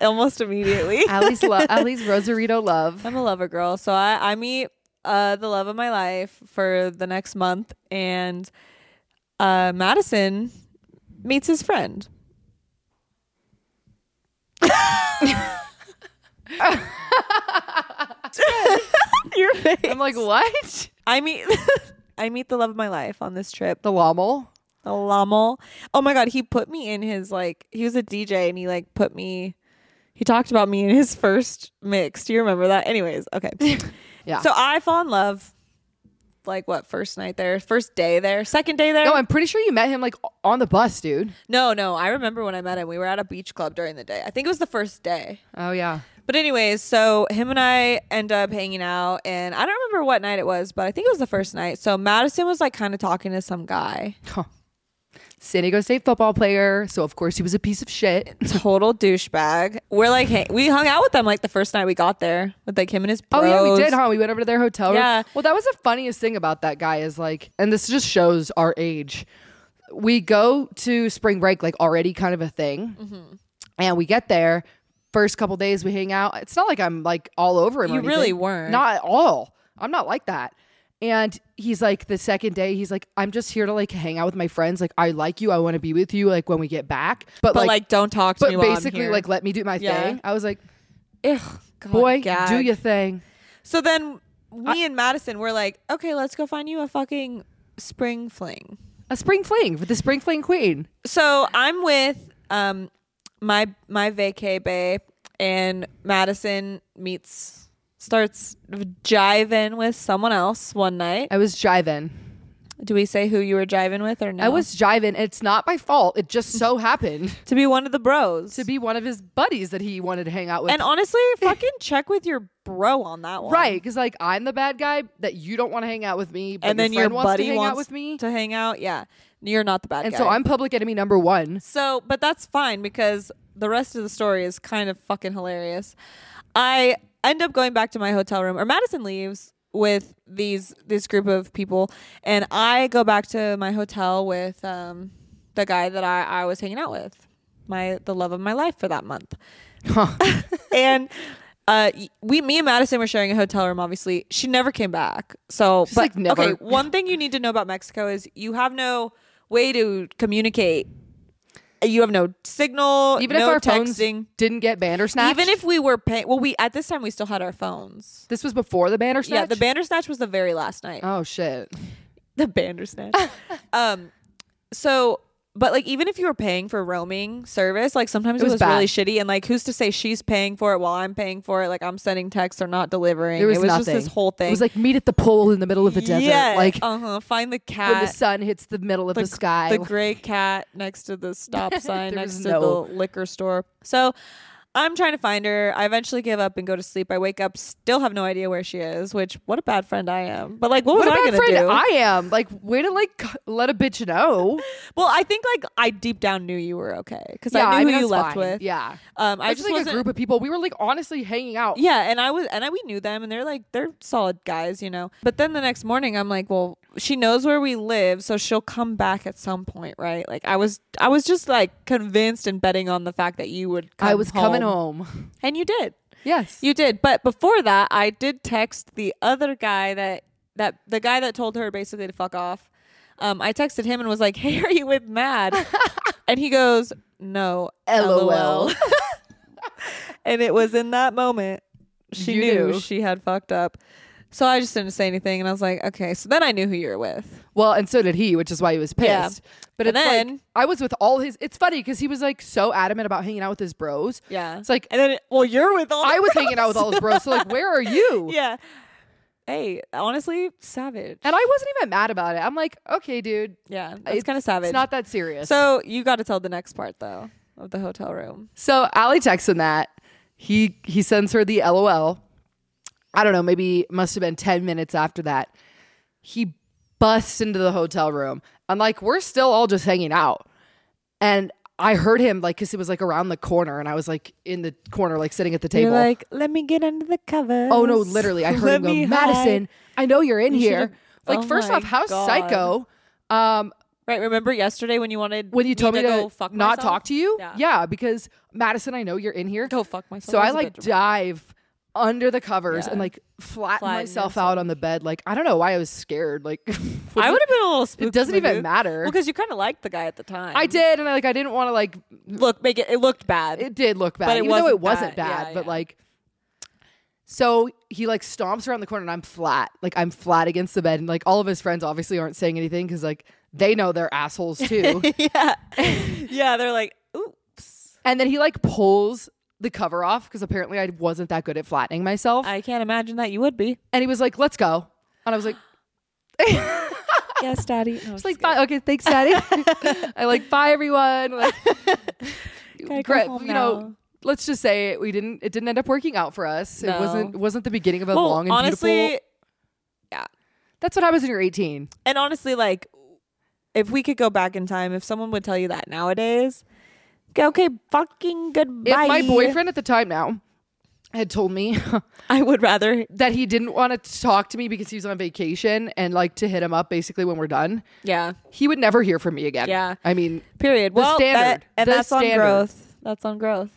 [SPEAKER 1] almost immediately.
[SPEAKER 2] Allie's love. Allie's Rosarito love.
[SPEAKER 1] I'm a lover girl, so I I meet uh, the love of my life for the next month, and uh, Madison meets his friend. Your face.
[SPEAKER 2] I'm like what?
[SPEAKER 1] I meet I meet the love of my life on this trip.
[SPEAKER 2] The Lommel.
[SPEAKER 1] The Lommel. Oh my god, he put me in his like he was a DJ and he like put me he talked about me in his first mix. Do you remember that? Anyways, okay.
[SPEAKER 2] Yeah.
[SPEAKER 1] So I fall in love like what first night there, first day there, second day there.
[SPEAKER 2] No, I'm pretty sure you met him like on the bus, dude.
[SPEAKER 1] no, no, I remember when I met him. We were at a beach club during the day. I think it was the first day.
[SPEAKER 2] Oh yeah.
[SPEAKER 1] But anyways, so him and I end up hanging out, and I don't remember what night it was, but I think it was the first night. So Madison was like kind of talking to some guy,
[SPEAKER 2] San Diego State football player. So of course he was a piece of shit.
[SPEAKER 1] total douchebag. We're like, hey, we hung out with them like the first night we got there with like him and his bros.
[SPEAKER 2] Oh yeah, we did, huh? We went over to their hotel room.
[SPEAKER 1] Yeah.
[SPEAKER 2] Well, that was the funniest thing about that guy is like, and this just shows our age. We go to spring break like already kind of a thing,
[SPEAKER 1] Mm-hmm.
[SPEAKER 2] and we get there. First couple days we hang out. It's not like I'm like all over him. or
[SPEAKER 1] You really
[SPEAKER 2] anything.
[SPEAKER 1] weren't.
[SPEAKER 2] Not at all. I'm not like that. And he's like the second day. He's like, I'm just here to like hang out with my friends. Like I like you. I want to be with you. Like when we get back. But,
[SPEAKER 1] But like,
[SPEAKER 2] like,
[SPEAKER 1] don't talk to me.
[SPEAKER 2] but
[SPEAKER 1] while I'm
[SPEAKER 2] basically
[SPEAKER 1] here.
[SPEAKER 2] like let me do my
[SPEAKER 1] Yeah.
[SPEAKER 2] thing. I was like,
[SPEAKER 1] Ugh, God,
[SPEAKER 2] boy,
[SPEAKER 1] gag.
[SPEAKER 2] do your thing.
[SPEAKER 1] So then me and Madison were like, okay, let's go find you a fucking spring fling.
[SPEAKER 2] A spring fling with the spring fling queen.
[SPEAKER 1] so I'm with um my my vacay bae and Madison meets starts jiving with someone else one night.
[SPEAKER 2] I was jiving.
[SPEAKER 1] Do we say who you were jiving with or no?
[SPEAKER 2] I was jiving. and It's not my fault. It just so happened
[SPEAKER 1] to be one of the bros.
[SPEAKER 2] to be one of his buddies that he wanted to hang out with.
[SPEAKER 1] and honestly, fucking check with your bro on that one.
[SPEAKER 2] right, because like I'm the bad guy that you don't want to hang out with me, but
[SPEAKER 1] And then
[SPEAKER 2] your
[SPEAKER 1] your
[SPEAKER 2] friend wants
[SPEAKER 1] buddy
[SPEAKER 2] to hang
[SPEAKER 1] wants
[SPEAKER 2] out with me.
[SPEAKER 1] to hang out. Yeah. You're not the bad
[SPEAKER 2] and
[SPEAKER 1] guy.
[SPEAKER 2] so I'm public enemy number one.
[SPEAKER 1] So, but that's fine because the rest of the story is kind of fucking hilarious. I end up going back to my hotel room, or Madison leaves with these this group of people, and I go back to my hotel with um, the guy that I, I was hanging out with, my the love of my life for that month,
[SPEAKER 2] Huh.
[SPEAKER 1] and. Uh, y- we, me and Madison were sharing a hotel room. Obviously, she never came back. So, but
[SPEAKER 2] like, never.
[SPEAKER 1] okay. One thing you need to know about Mexico is you have no way to communicate you have no signal,
[SPEAKER 2] Even
[SPEAKER 1] no
[SPEAKER 2] if our
[SPEAKER 1] texting.
[SPEAKER 2] phones didn't get Bandersnatch,
[SPEAKER 1] Even if we were paying, well, we at this time we still had our phones.
[SPEAKER 2] this was before the Bandersnatch.
[SPEAKER 1] Yeah, the Bandersnatch was the very last night.
[SPEAKER 2] Oh shit!
[SPEAKER 1] the Bandersnatch. um, so, but like, even if you were paying for roaming service, like sometimes it
[SPEAKER 2] was
[SPEAKER 1] was,
[SPEAKER 2] bad.
[SPEAKER 1] really shitty. And like, who's to say she's paying for it while I'm paying for it? Like, I'm sending texts or not delivering.
[SPEAKER 2] There was,
[SPEAKER 1] it was
[SPEAKER 2] nothing.
[SPEAKER 1] just this whole thing.
[SPEAKER 2] It was like meet at the pole in the middle of the desert.
[SPEAKER 1] yeah,
[SPEAKER 2] Like
[SPEAKER 1] uh huh. Find the
[SPEAKER 2] when the
[SPEAKER 1] cat.
[SPEAKER 2] sun hits the middle of the, sky.
[SPEAKER 1] The gray cat next to the stop sign,
[SPEAKER 2] There
[SPEAKER 1] next
[SPEAKER 2] was
[SPEAKER 1] to
[SPEAKER 2] no-
[SPEAKER 1] the liquor store. So I'm trying to find her. I eventually give up and go to sleep. I wake up, still have no idea where she is, which what a bad friend I am. But like, what was
[SPEAKER 2] what a
[SPEAKER 1] I
[SPEAKER 2] bad
[SPEAKER 1] gonna
[SPEAKER 2] friend
[SPEAKER 1] do?
[SPEAKER 2] I am. Like, way to like c- let a bitch know.
[SPEAKER 1] well, I think like I deep down knew you were okay because
[SPEAKER 2] yeah,
[SPEAKER 1] I knew
[SPEAKER 2] mean,
[SPEAKER 1] who you
[SPEAKER 2] that's
[SPEAKER 1] left
[SPEAKER 2] fine.
[SPEAKER 1] with.
[SPEAKER 2] Yeah,
[SPEAKER 1] Um, I
[SPEAKER 2] It's
[SPEAKER 1] just
[SPEAKER 2] like
[SPEAKER 1] wasn't.
[SPEAKER 2] a group of people. We were like honestly hanging out.
[SPEAKER 1] yeah, and I was, and I, we knew them, and they're like they're solid guys, you know. But then the next morning, I'm like, well, she knows where we live, so she'll come back at some point, right? Like I was, I was just like convinced and betting on the fact that you would. Come
[SPEAKER 2] I was coming home.
[SPEAKER 1] and you did,
[SPEAKER 2] Yes,
[SPEAKER 1] you did. But before that, I did text the other guy that that the guy that told her basically to fuck off. Um, I texted him and was like, "Hey, are you with Mad?" and he goes, "No,
[SPEAKER 2] LOL.
[SPEAKER 1] and it was in that moment she
[SPEAKER 2] You
[SPEAKER 1] knew
[SPEAKER 2] knew.
[SPEAKER 1] she had fucked up. So I just didn't say anything, and I was like, "Okay." So then I knew who you were with.
[SPEAKER 2] Well, and so did he, which is why he was
[SPEAKER 1] Yeah.
[SPEAKER 2] pissed. But
[SPEAKER 1] And
[SPEAKER 2] it's
[SPEAKER 1] then-
[SPEAKER 2] like I was with all his. It's funny because he was like so adamant about hanging out with his bros.
[SPEAKER 1] Yeah,
[SPEAKER 2] It's like
[SPEAKER 1] and then well, you're with all.
[SPEAKER 2] I
[SPEAKER 1] the
[SPEAKER 2] was
[SPEAKER 1] bros.
[SPEAKER 2] hanging out with all his bros. So like, where are you?
[SPEAKER 1] Yeah. Hey, honestly, savage.
[SPEAKER 2] And I wasn't even mad about it. I'm like, okay, dude,
[SPEAKER 1] yeah, it's kind of savage.
[SPEAKER 2] it's not that serious. So,
[SPEAKER 1] So you got to tell the next part though of the hotel room.
[SPEAKER 2] so Ali texts him that he he sends her the LOL. I don't know. Maybe must have been ten minutes after that. He busts into the hotel room. I'm like, we're still all just hanging out. and I heard him like because it was like around the corner, and I was like in the corner, like sitting at the table.
[SPEAKER 1] You're like, let me get under the covers.
[SPEAKER 2] oh no, literally, I heard
[SPEAKER 1] Let
[SPEAKER 2] him go,
[SPEAKER 1] me
[SPEAKER 2] Madison.
[SPEAKER 1] hide."
[SPEAKER 2] I know you're in
[SPEAKER 1] You
[SPEAKER 2] here.
[SPEAKER 1] should've-
[SPEAKER 2] Like,
[SPEAKER 1] Oh
[SPEAKER 2] first
[SPEAKER 1] my
[SPEAKER 2] off, how
[SPEAKER 1] God.
[SPEAKER 2] psycho. Um,
[SPEAKER 1] Right. Remember yesterday when you wanted
[SPEAKER 2] when you told me to,
[SPEAKER 1] go fuck
[SPEAKER 2] not
[SPEAKER 1] myself?
[SPEAKER 2] talk to you,
[SPEAKER 1] Yeah.
[SPEAKER 2] because Madison, I know you're in here.
[SPEAKER 1] Go fuck myself.
[SPEAKER 2] So
[SPEAKER 1] That
[SPEAKER 2] I
[SPEAKER 1] was a
[SPEAKER 2] like
[SPEAKER 1] bit
[SPEAKER 2] dive under the covers
[SPEAKER 1] Yeah.
[SPEAKER 2] and like flatten,
[SPEAKER 1] Flatten
[SPEAKER 2] myself out on the bed. Like I don't know why I was scared. Like
[SPEAKER 1] I would have been a little spooked.
[SPEAKER 2] It doesn't
[SPEAKER 1] maybe.
[SPEAKER 2] even matter.
[SPEAKER 1] Well, because you kind of liked the guy at the time.
[SPEAKER 2] I did, and I like I didn't want to like
[SPEAKER 1] Look, make it. It looked bad.
[SPEAKER 2] it did look bad,
[SPEAKER 1] But it
[SPEAKER 2] even though
[SPEAKER 1] wasn't
[SPEAKER 2] it wasn't
[SPEAKER 1] bad.
[SPEAKER 2] bad.
[SPEAKER 1] Yeah,
[SPEAKER 2] but
[SPEAKER 1] yeah.
[SPEAKER 2] like, so he like stomps around the corner, and I'm flat, like I'm flat against the bed, and like all of his friends obviously aren't saying anything because like they know they're assholes too.
[SPEAKER 1] yeah. yeah. They're like, oops.
[SPEAKER 2] and then he like pulls the cover off because apparently I wasn't that good at flattening myself,
[SPEAKER 1] I can't imagine that you would be.
[SPEAKER 2] and he was like, "Let's go," and I was like,
[SPEAKER 1] yes, Daddy. No,
[SPEAKER 2] "Like bye, okay, thanks, daddy." I like bye everyone. Like,
[SPEAKER 1] Gotta go
[SPEAKER 2] gra-
[SPEAKER 1] home now.
[SPEAKER 2] you know. Let's just say it- we didn't. It didn't end up working out for us. It
[SPEAKER 1] No.
[SPEAKER 2] wasn't. It wasn't the beginning of a
[SPEAKER 1] well,
[SPEAKER 2] long and
[SPEAKER 1] honestly,
[SPEAKER 2] beautiful. That's what happens when you're 18.
[SPEAKER 1] and honestly, like, if we could go back in time, if someone would tell you that nowadays, go, okay, fucking goodbye.
[SPEAKER 2] if my boyfriend at the time now had told me
[SPEAKER 1] I would rather.
[SPEAKER 2] that he didn't want to talk to me because he was on vacation and like to hit him up basically when we're done,
[SPEAKER 1] Yeah.
[SPEAKER 2] he would never hear from me again.
[SPEAKER 1] Yeah.
[SPEAKER 2] I mean,
[SPEAKER 1] Period.
[SPEAKER 2] The
[SPEAKER 1] well,
[SPEAKER 2] standard.
[SPEAKER 1] that- and
[SPEAKER 2] The
[SPEAKER 1] that's on
[SPEAKER 2] standard.
[SPEAKER 1] growth. That's on growth.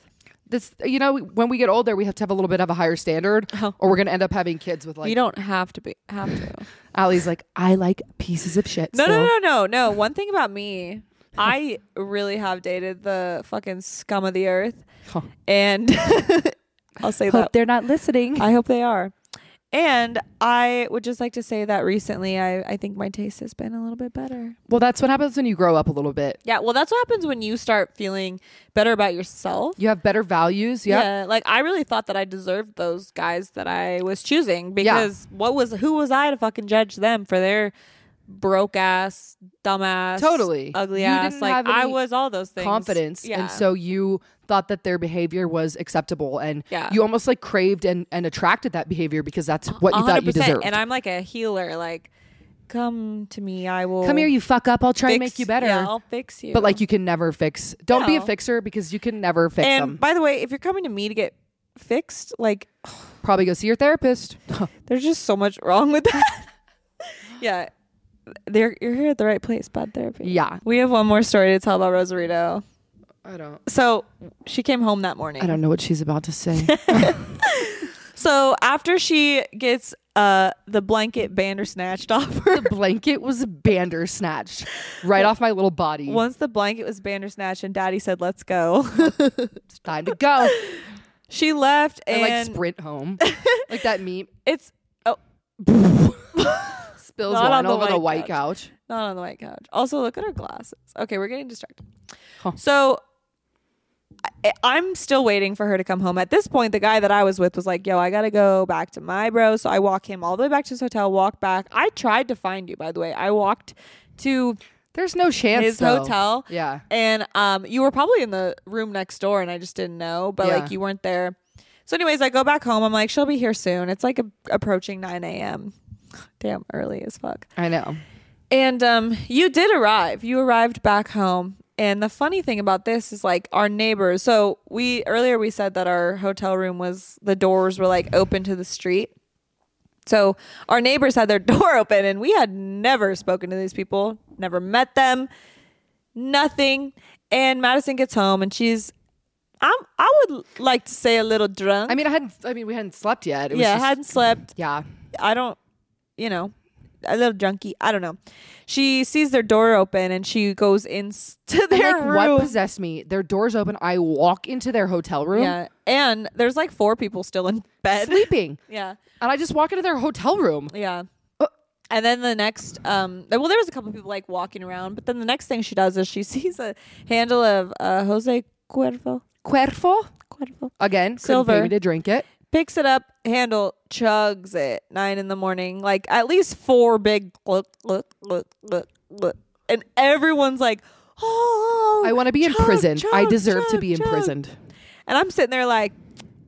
[SPEAKER 2] this, you know, when we get older, we have to have a little bit of a higher standard
[SPEAKER 1] Oh.
[SPEAKER 2] or we're going to end up having kids with
[SPEAKER 1] you
[SPEAKER 2] like,
[SPEAKER 1] don't have to be have to.
[SPEAKER 2] Allie's like, I like pieces of shit.
[SPEAKER 1] No,
[SPEAKER 2] so.
[SPEAKER 1] no, no, no, no. One thing about me, I really have dated the fucking scum of the earth,
[SPEAKER 2] Huh.
[SPEAKER 1] and I'll say
[SPEAKER 2] Hope
[SPEAKER 1] that.
[SPEAKER 2] they're not listening.
[SPEAKER 1] I hope they are. And I would just like to say that recently, I I think my taste has been a little bit better.
[SPEAKER 2] well, that's what happens when you grow up a little bit.
[SPEAKER 1] Yeah. Well, that's what happens when you start feeling better about yourself.
[SPEAKER 2] You have better values. Yeah.
[SPEAKER 1] Yeah, like I really thought that I deserved those guys that I was choosing because what was who was I to fucking judge them for their broke ass, dumbass,
[SPEAKER 2] Totally.
[SPEAKER 1] ugly
[SPEAKER 2] You
[SPEAKER 1] ass?
[SPEAKER 2] didn't
[SPEAKER 1] Like
[SPEAKER 2] have
[SPEAKER 1] I
[SPEAKER 2] any
[SPEAKER 1] was all those things.
[SPEAKER 2] confidence
[SPEAKER 1] yeah,
[SPEAKER 2] and so you thought that their behavior was acceptable and
[SPEAKER 1] Yeah.
[SPEAKER 2] you almost like craved and, and attracted that behavior because that's what you thought you
[SPEAKER 1] 100%.
[SPEAKER 2] deserved
[SPEAKER 1] And I'm like a healer. Like, come to me, I will.
[SPEAKER 2] come here you fuck up i'll try and
[SPEAKER 1] fix-
[SPEAKER 2] make you better
[SPEAKER 1] Yeah, I'll fix you.
[SPEAKER 2] but like you can never fix don't be a
[SPEAKER 1] No.
[SPEAKER 2] fixer because you can never fix
[SPEAKER 1] and
[SPEAKER 2] them
[SPEAKER 1] by the way, if you're coming to me to get fixed, like
[SPEAKER 2] probably go see your therapist
[SPEAKER 1] there's just so much wrong with that. yeah. They're, you're here at the right place, bad therapy.
[SPEAKER 2] yeah
[SPEAKER 1] We have one more story to tell about Rosarito.
[SPEAKER 2] i don't
[SPEAKER 1] So she came home that morning.
[SPEAKER 2] i don't know what she's about to say
[SPEAKER 1] So after she gets uh the blanket bandersnatched off her,
[SPEAKER 2] Blanket was bandersnatched right off my little body.
[SPEAKER 1] once the blanket was bandersnatched and Daddy said, "Let's go,"
[SPEAKER 2] It's time to go.
[SPEAKER 1] she left
[SPEAKER 2] I
[SPEAKER 1] and
[SPEAKER 2] like sprint home. like that meat
[SPEAKER 1] it's oh
[SPEAKER 2] spills
[SPEAKER 1] Not
[SPEAKER 2] wine
[SPEAKER 1] on the
[SPEAKER 2] all over the
[SPEAKER 1] white
[SPEAKER 2] white couch.
[SPEAKER 1] not on the white couch. Also, look at her glasses. Okay, we're getting distracted.
[SPEAKER 2] Huh.
[SPEAKER 1] So. I- I'm still waiting for her to come home. At this point, the guy that I was with was like, "Yo, I gotta go back to my bro." So I walk him all the way back to his hotel. Walk back. I tried to find you, by the way. I walked to
[SPEAKER 2] There's no chance.
[SPEAKER 1] his
[SPEAKER 2] though.
[SPEAKER 1] hotel.
[SPEAKER 2] Yeah.
[SPEAKER 1] And um, you were probably in the room next door, and I just didn't know, but
[SPEAKER 2] Yeah.
[SPEAKER 1] like you weren't there. So, anyways, I go back home. I'm like, she'll be here soon. It's like a, approaching 9 a.m. Damn, early as fuck.
[SPEAKER 2] I know.
[SPEAKER 1] And um, you did arrive. You arrived back home. And the funny thing about this is like our neighbors. So we earlier we said that our hotel room was the doors were like open to the street. So our neighbors had their door open and we had never spoken to these people, never met them, nothing. And Madison gets home and she's I'm I would like to say a little drunk.
[SPEAKER 2] I mean, I hadn't. I mean, we hadn't slept yet. It was
[SPEAKER 1] yeah,
[SPEAKER 2] just-
[SPEAKER 1] hadn't slept.
[SPEAKER 2] yeah.
[SPEAKER 1] I don't, you know, a little junkie. I don't know. She sees their door open and she goes into
[SPEAKER 2] And,
[SPEAKER 1] their
[SPEAKER 2] like,
[SPEAKER 1] room.
[SPEAKER 2] what possessed me? Their doors open. I walk into their hotel room,
[SPEAKER 1] yeah, and there's like four people still in bed.
[SPEAKER 2] sleeping,
[SPEAKER 1] Yeah,
[SPEAKER 2] and I just walk into their hotel room.
[SPEAKER 1] yeah.
[SPEAKER 2] Uh.
[SPEAKER 1] And then the next, um, well, there was a couple people like walking around, but then the next thing she does is she sees a handle of uh, Jose Cuervo,
[SPEAKER 2] Cuervo
[SPEAKER 1] Cuervo,
[SPEAKER 2] again. couldn't
[SPEAKER 1] Silver.
[SPEAKER 2] pay me to drink it.
[SPEAKER 1] picks it up, handle, chugs it nine in the morning, like at least four big look, look, look, look, look, and everyone's like, oh,
[SPEAKER 2] I want to be
[SPEAKER 1] chug,
[SPEAKER 2] imprisoned. I
[SPEAKER 1] chug,
[SPEAKER 2] deserve to
[SPEAKER 1] chug,
[SPEAKER 2] be
[SPEAKER 1] chug."
[SPEAKER 2] imprisoned.
[SPEAKER 1] and I'm sitting there like.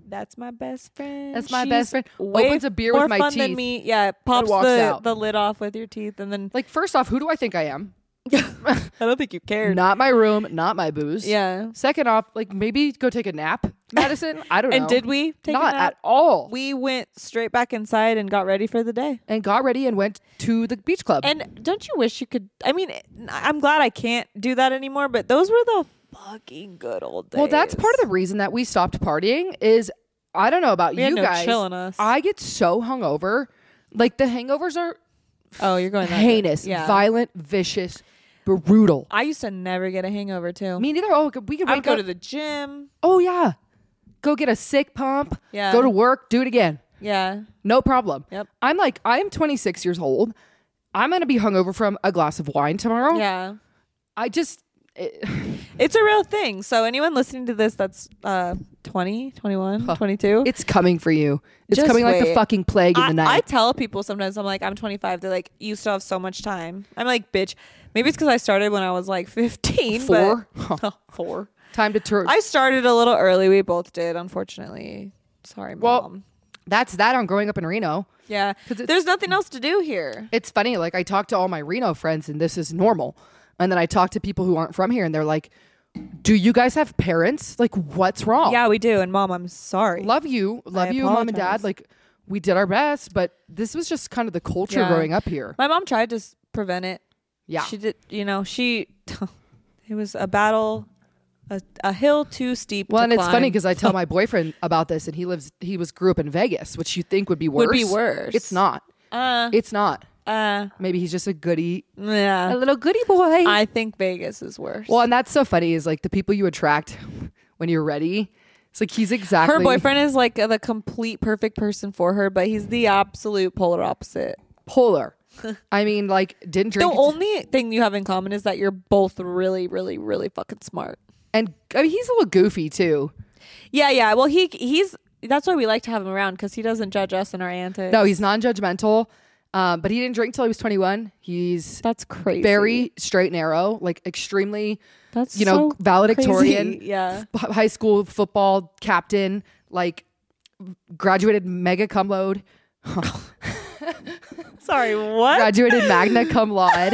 [SPEAKER 1] That's my best friend.
[SPEAKER 2] That's my best friend." Opens a beer
[SPEAKER 1] more
[SPEAKER 2] with my
[SPEAKER 1] fun Than
[SPEAKER 2] teeth
[SPEAKER 1] me. Yeah, pops
[SPEAKER 2] walks
[SPEAKER 1] the,
[SPEAKER 2] out.
[SPEAKER 1] the lid off with your teeth, and then
[SPEAKER 2] Like, first off, who do I think I am?
[SPEAKER 1] I don't think you cared.
[SPEAKER 2] Not my room, not my booze.
[SPEAKER 1] Yeah,
[SPEAKER 2] Second off, like maybe go take a nap, Madison. I don't know.
[SPEAKER 1] and did we take
[SPEAKER 2] not
[SPEAKER 1] a nap?
[SPEAKER 2] at all?
[SPEAKER 1] We went straight back inside and got ready for the day.
[SPEAKER 2] and got ready and went to the beach club.
[SPEAKER 1] And don't you wish you could? I mean, I'm glad I can't do that anymore, but those were the fucking good old days.
[SPEAKER 2] well, that's part of the reason that we stopped partying is I don't know about
[SPEAKER 1] We
[SPEAKER 2] you
[SPEAKER 1] had no
[SPEAKER 2] guys.
[SPEAKER 1] chill in us.
[SPEAKER 2] I get so hungover. Like the hangovers are
[SPEAKER 1] Oh, you're going that
[SPEAKER 2] heinous,
[SPEAKER 1] way. Yeah.
[SPEAKER 2] violent, vicious, brutal.
[SPEAKER 1] I used to never get a hangover too.
[SPEAKER 2] Me neither. Oh, we could
[SPEAKER 1] I
[SPEAKER 2] wake
[SPEAKER 1] would go
[SPEAKER 2] up.
[SPEAKER 1] to the gym.
[SPEAKER 2] oh yeah, go get a sick pump.
[SPEAKER 1] Yeah.
[SPEAKER 2] Go to work. Do it again.
[SPEAKER 1] Yeah.
[SPEAKER 2] No problem.
[SPEAKER 1] Yep.
[SPEAKER 2] I'm like I'm 26 years old. I'm gonna be hungover from a glass of wine tomorrow.
[SPEAKER 1] Yeah.
[SPEAKER 2] I just. It,
[SPEAKER 1] It's a real thing. So anyone listening to this that's uh 20, 21, 22.
[SPEAKER 2] it's coming for you. It's
[SPEAKER 1] Just
[SPEAKER 2] coming like the
[SPEAKER 1] wait.
[SPEAKER 2] fucking plague in
[SPEAKER 1] I,
[SPEAKER 2] the night.
[SPEAKER 1] I tell people sometimes I'm like I'm 25. They're like you still have so much time. I'm like bitch. Maybe it's because I started when I was like 15.
[SPEAKER 2] Four?
[SPEAKER 1] But, four.
[SPEAKER 2] Time to turn.
[SPEAKER 1] I started a little early. We both did, unfortunately. Sorry,
[SPEAKER 2] Well-
[SPEAKER 1] mom.
[SPEAKER 2] That's that on growing up in Reno.
[SPEAKER 1] yeah,
[SPEAKER 2] 'cause it's-
[SPEAKER 1] there's nothing else to do here.
[SPEAKER 2] It's funny. Like I talk to all my Reno friends, and this is normal. And then I talk to people who aren't from here, and they're like, "Do you guys have parents? Like, what's wrong?
[SPEAKER 1] Yeah, we do. And mom, I'm sorry.
[SPEAKER 2] love you, love you, mom and
[SPEAKER 1] apologize.
[SPEAKER 2] dad. Like, we did our best, but this was just kind of the culture
[SPEAKER 1] Yeah.
[SPEAKER 2] growing up here.
[SPEAKER 1] My mom tried to s- prevent it.
[SPEAKER 2] Yeah,
[SPEAKER 1] she did. You know, she. it was a battle, a, a hill too steep.
[SPEAKER 2] Well,
[SPEAKER 1] to
[SPEAKER 2] and it's funny
[SPEAKER 1] climb.
[SPEAKER 2] because I tell my boyfriend about this, and he lives. He was grew up in Vegas, which you think would be worse.
[SPEAKER 1] Would be worse.
[SPEAKER 2] It's not.
[SPEAKER 1] Uh,
[SPEAKER 2] It's not.
[SPEAKER 1] uh,
[SPEAKER 2] Maybe he's just a goody, a
[SPEAKER 1] yeah.
[SPEAKER 2] little goody boy.
[SPEAKER 1] I think Vegas is worse.
[SPEAKER 2] Well, and that's so funny is like the people you attract when you're ready. It's like he's exactly
[SPEAKER 1] her boyfriend is like the complete perfect person for her, but he's the absolute polar opposite.
[SPEAKER 2] polar. I mean, like didn't
[SPEAKER 1] The
[SPEAKER 2] drink
[SPEAKER 1] only thing you have in common is that you're both really, really, really fucking smart.
[SPEAKER 2] and I mean he's a little goofy too.
[SPEAKER 1] Yeah, yeah. Well, he he's that's why we like to have him around because he doesn't judge us and our antics.
[SPEAKER 2] No, he's non-judgmental. Um, but he didn't drink till he was 21. He's
[SPEAKER 1] that's crazy.
[SPEAKER 2] very straight and narrow, like extremely
[SPEAKER 1] that's
[SPEAKER 2] you know,
[SPEAKER 1] so
[SPEAKER 2] valedictorian.
[SPEAKER 1] crazy. Yeah,
[SPEAKER 2] f- high school football captain, like graduated mega cum laude,
[SPEAKER 1] sorry. What?
[SPEAKER 2] graduated magna cum laude,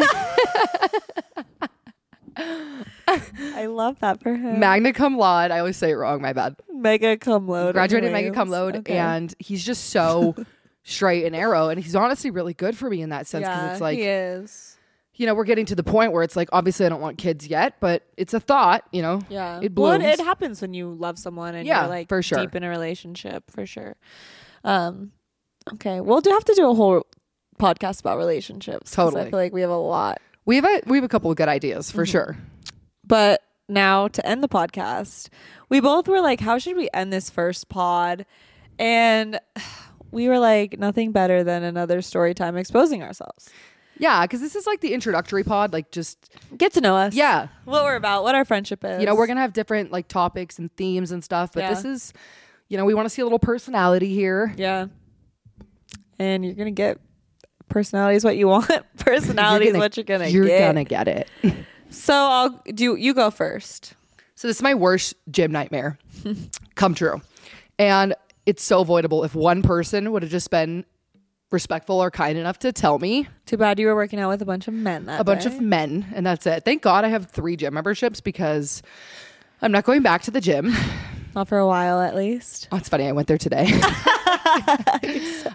[SPEAKER 1] I love that for him.
[SPEAKER 2] magna cum laude. I always say it wrong. My bad.
[SPEAKER 1] mega cum laude.
[SPEAKER 2] graduated
[SPEAKER 1] anyways.
[SPEAKER 2] magna cum laude
[SPEAKER 1] Okay.
[SPEAKER 2] and he's just so straight and narrow and he's honestly really good for me in that sense because
[SPEAKER 1] yeah,
[SPEAKER 2] it's like
[SPEAKER 1] he is.
[SPEAKER 2] you know we're getting to the point where it's like obviously i don't want kids yet but it's a thought you know
[SPEAKER 1] Yeah,
[SPEAKER 2] it
[SPEAKER 1] Well,
[SPEAKER 2] blooms
[SPEAKER 1] it, it happens when you love someone and
[SPEAKER 2] Yeah,
[SPEAKER 1] you're like
[SPEAKER 2] for sure.
[SPEAKER 1] deep in a relationship for sure. Um, okay, we'll do have to do a whole podcast about relationships. 'cause I
[SPEAKER 2] Totally.
[SPEAKER 1] feel like we have a lot.
[SPEAKER 2] We have a we have a couple of good ideas
[SPEAKER 1] Mm-hmm.
[SPEAKER 2] for sure.
[SPEAKER 1] But now to end the podcast, we both were like, how should we end this first pod? And we were like, nothing better than another story time exposing ourselves.
[SPEAKER 2] Yeah, because this is like the introductory pod. Like just
[SPEAKER 1] Get to know us.
[SPEAKER 2] yeah,
[SPEAKER 1] What we're about, what our friendship is.
[SPEAKER 2] you know we're gonna have different like topics and themes and stuff. But
[SPEAKER 1] Yeah.
[SPEAKER 2] this is, you know, we want to see a little personality here.
[SPEAKER 1] Yeah. And you're going to get personality is what you want. personality is
[SPEAKER 2] gonna-
[SPEAKER 1] what you're going to
[SPEAKER 2] You're
[SPEAKER 1] get.
[SPEAKER 2] gonna get it.
[SPEAKER 1] So I'll do you go first.
[SPEAKER 2] So this is my worst gym nightmare come true. And it's so avoidable if one person would have just been respectful or kind enough to tell me
[SPEAKER 1] Too bad you were working out with a bunch of men that
[SPEAKER 2] a bunch of men and that's it. Thank God I have 3 gym memberships because I'm not going back to the gym.
[SPEAKER 1] not for a while at least.
[SPEAKER 2] Oh, it's funny. I went there today.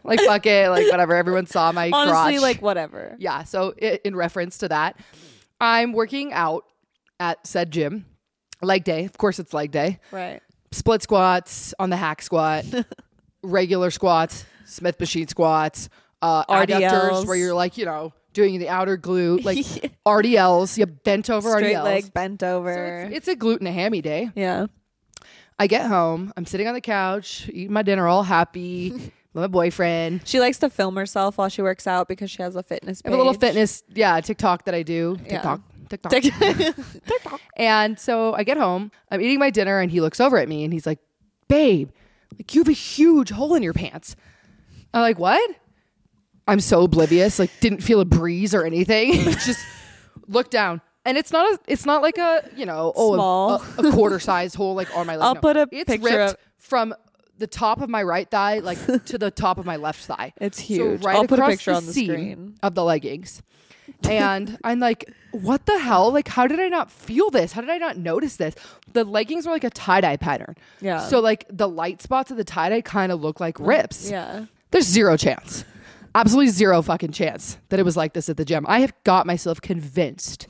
[SPEAKER 2] like fuck it, like whatever. Everyone saw my
[SPEAKER 1] Honestly,
[SPEAKER 2] crotch.
[SPEAKER 1] like whatever.
[SPEAKER 2] Yeah. So i in reference to that, I'm working out at said gym, leg day. Of course, it's leg day.
[SPEAKER 1] Right.
[SPEAKER 2] Split squats on the hack squat, regular squats, Smith machine squats, uh,
[SPEAKER 1] RDLs.
[SPEAKER 2] adductors where you're like you know doing the outer glute, like RDLs. You bent over
[SPEAKER 1] Straight
[SPEAKER 2] RDLs.
[SPEAKER 1] leg bent over.
[SPEAKER 2] So it's, it's a glute and a hammy day.
[SPEAKER 1] yeah.
[SPEAKER 2] I get home. I'm sitting on the couch, eating my dinner, all happy. with my boyfriend.
[SPEAKER 1] She likes to film herself while she works out because she has a fitness
[SPEAKER 2] I
[SPEAKER 1] page.
[SPEAKER 2] have a little fitness, yeah, TikTok that I do.
[SPEAKER 1] Yeah.
[SPEAKER 2] TikTok, TikTok.
[SPEAKER 1] TikTok.
[SPEAKER 2] And so I get home, I'm eating my dinner, and he looks over at me and he's like, Babe, like you have a huge hole in your pants. I'm like, What? I'm so oblivious, like didn't feel a breeze or anything. Just look down. And it's not a, it's not like a, you know, oh, a-
[SPEAKER 1] Small.
[SPEAKER 2] A, a quarter sized hole like on my leg.
[SPEAKER 1] I'll
[SPEAKER 2] No.
[SPEAKER 1] put a
[SPEAKER 2] it's
[SPEAKER 1] picture
[SPEAKER 2] ripped
[SPEAKER 1] of-
[SPEAKER 2] from the top of my right thigh, like to the top of my left thigh.
[SPEAKER 1] It's
[SPEAKER 2] So
[SPEAKER 1] huge. I'll put a
[SPEAKER 2] across
[SPEAKER 1] picture on the
[SPEAKER 2] seam
[SPEAKER 1] screen.
[SPEAKER 2] of the leggings. And I'm like, what the hell? Like, how did I not feel this? How did I not notice this? The leggings were like a tie dye pattern.
[SPEAKER 1] Yeah.
[SPEAKER 2] So, like, the light spots of the tie dye kind of look like rips.
[SPEAKER 1] Yeah.
[SPEAKER 2] There's zero chance. Absolutely zero fucking chance that it was like this at the gym. I have got myself convinced.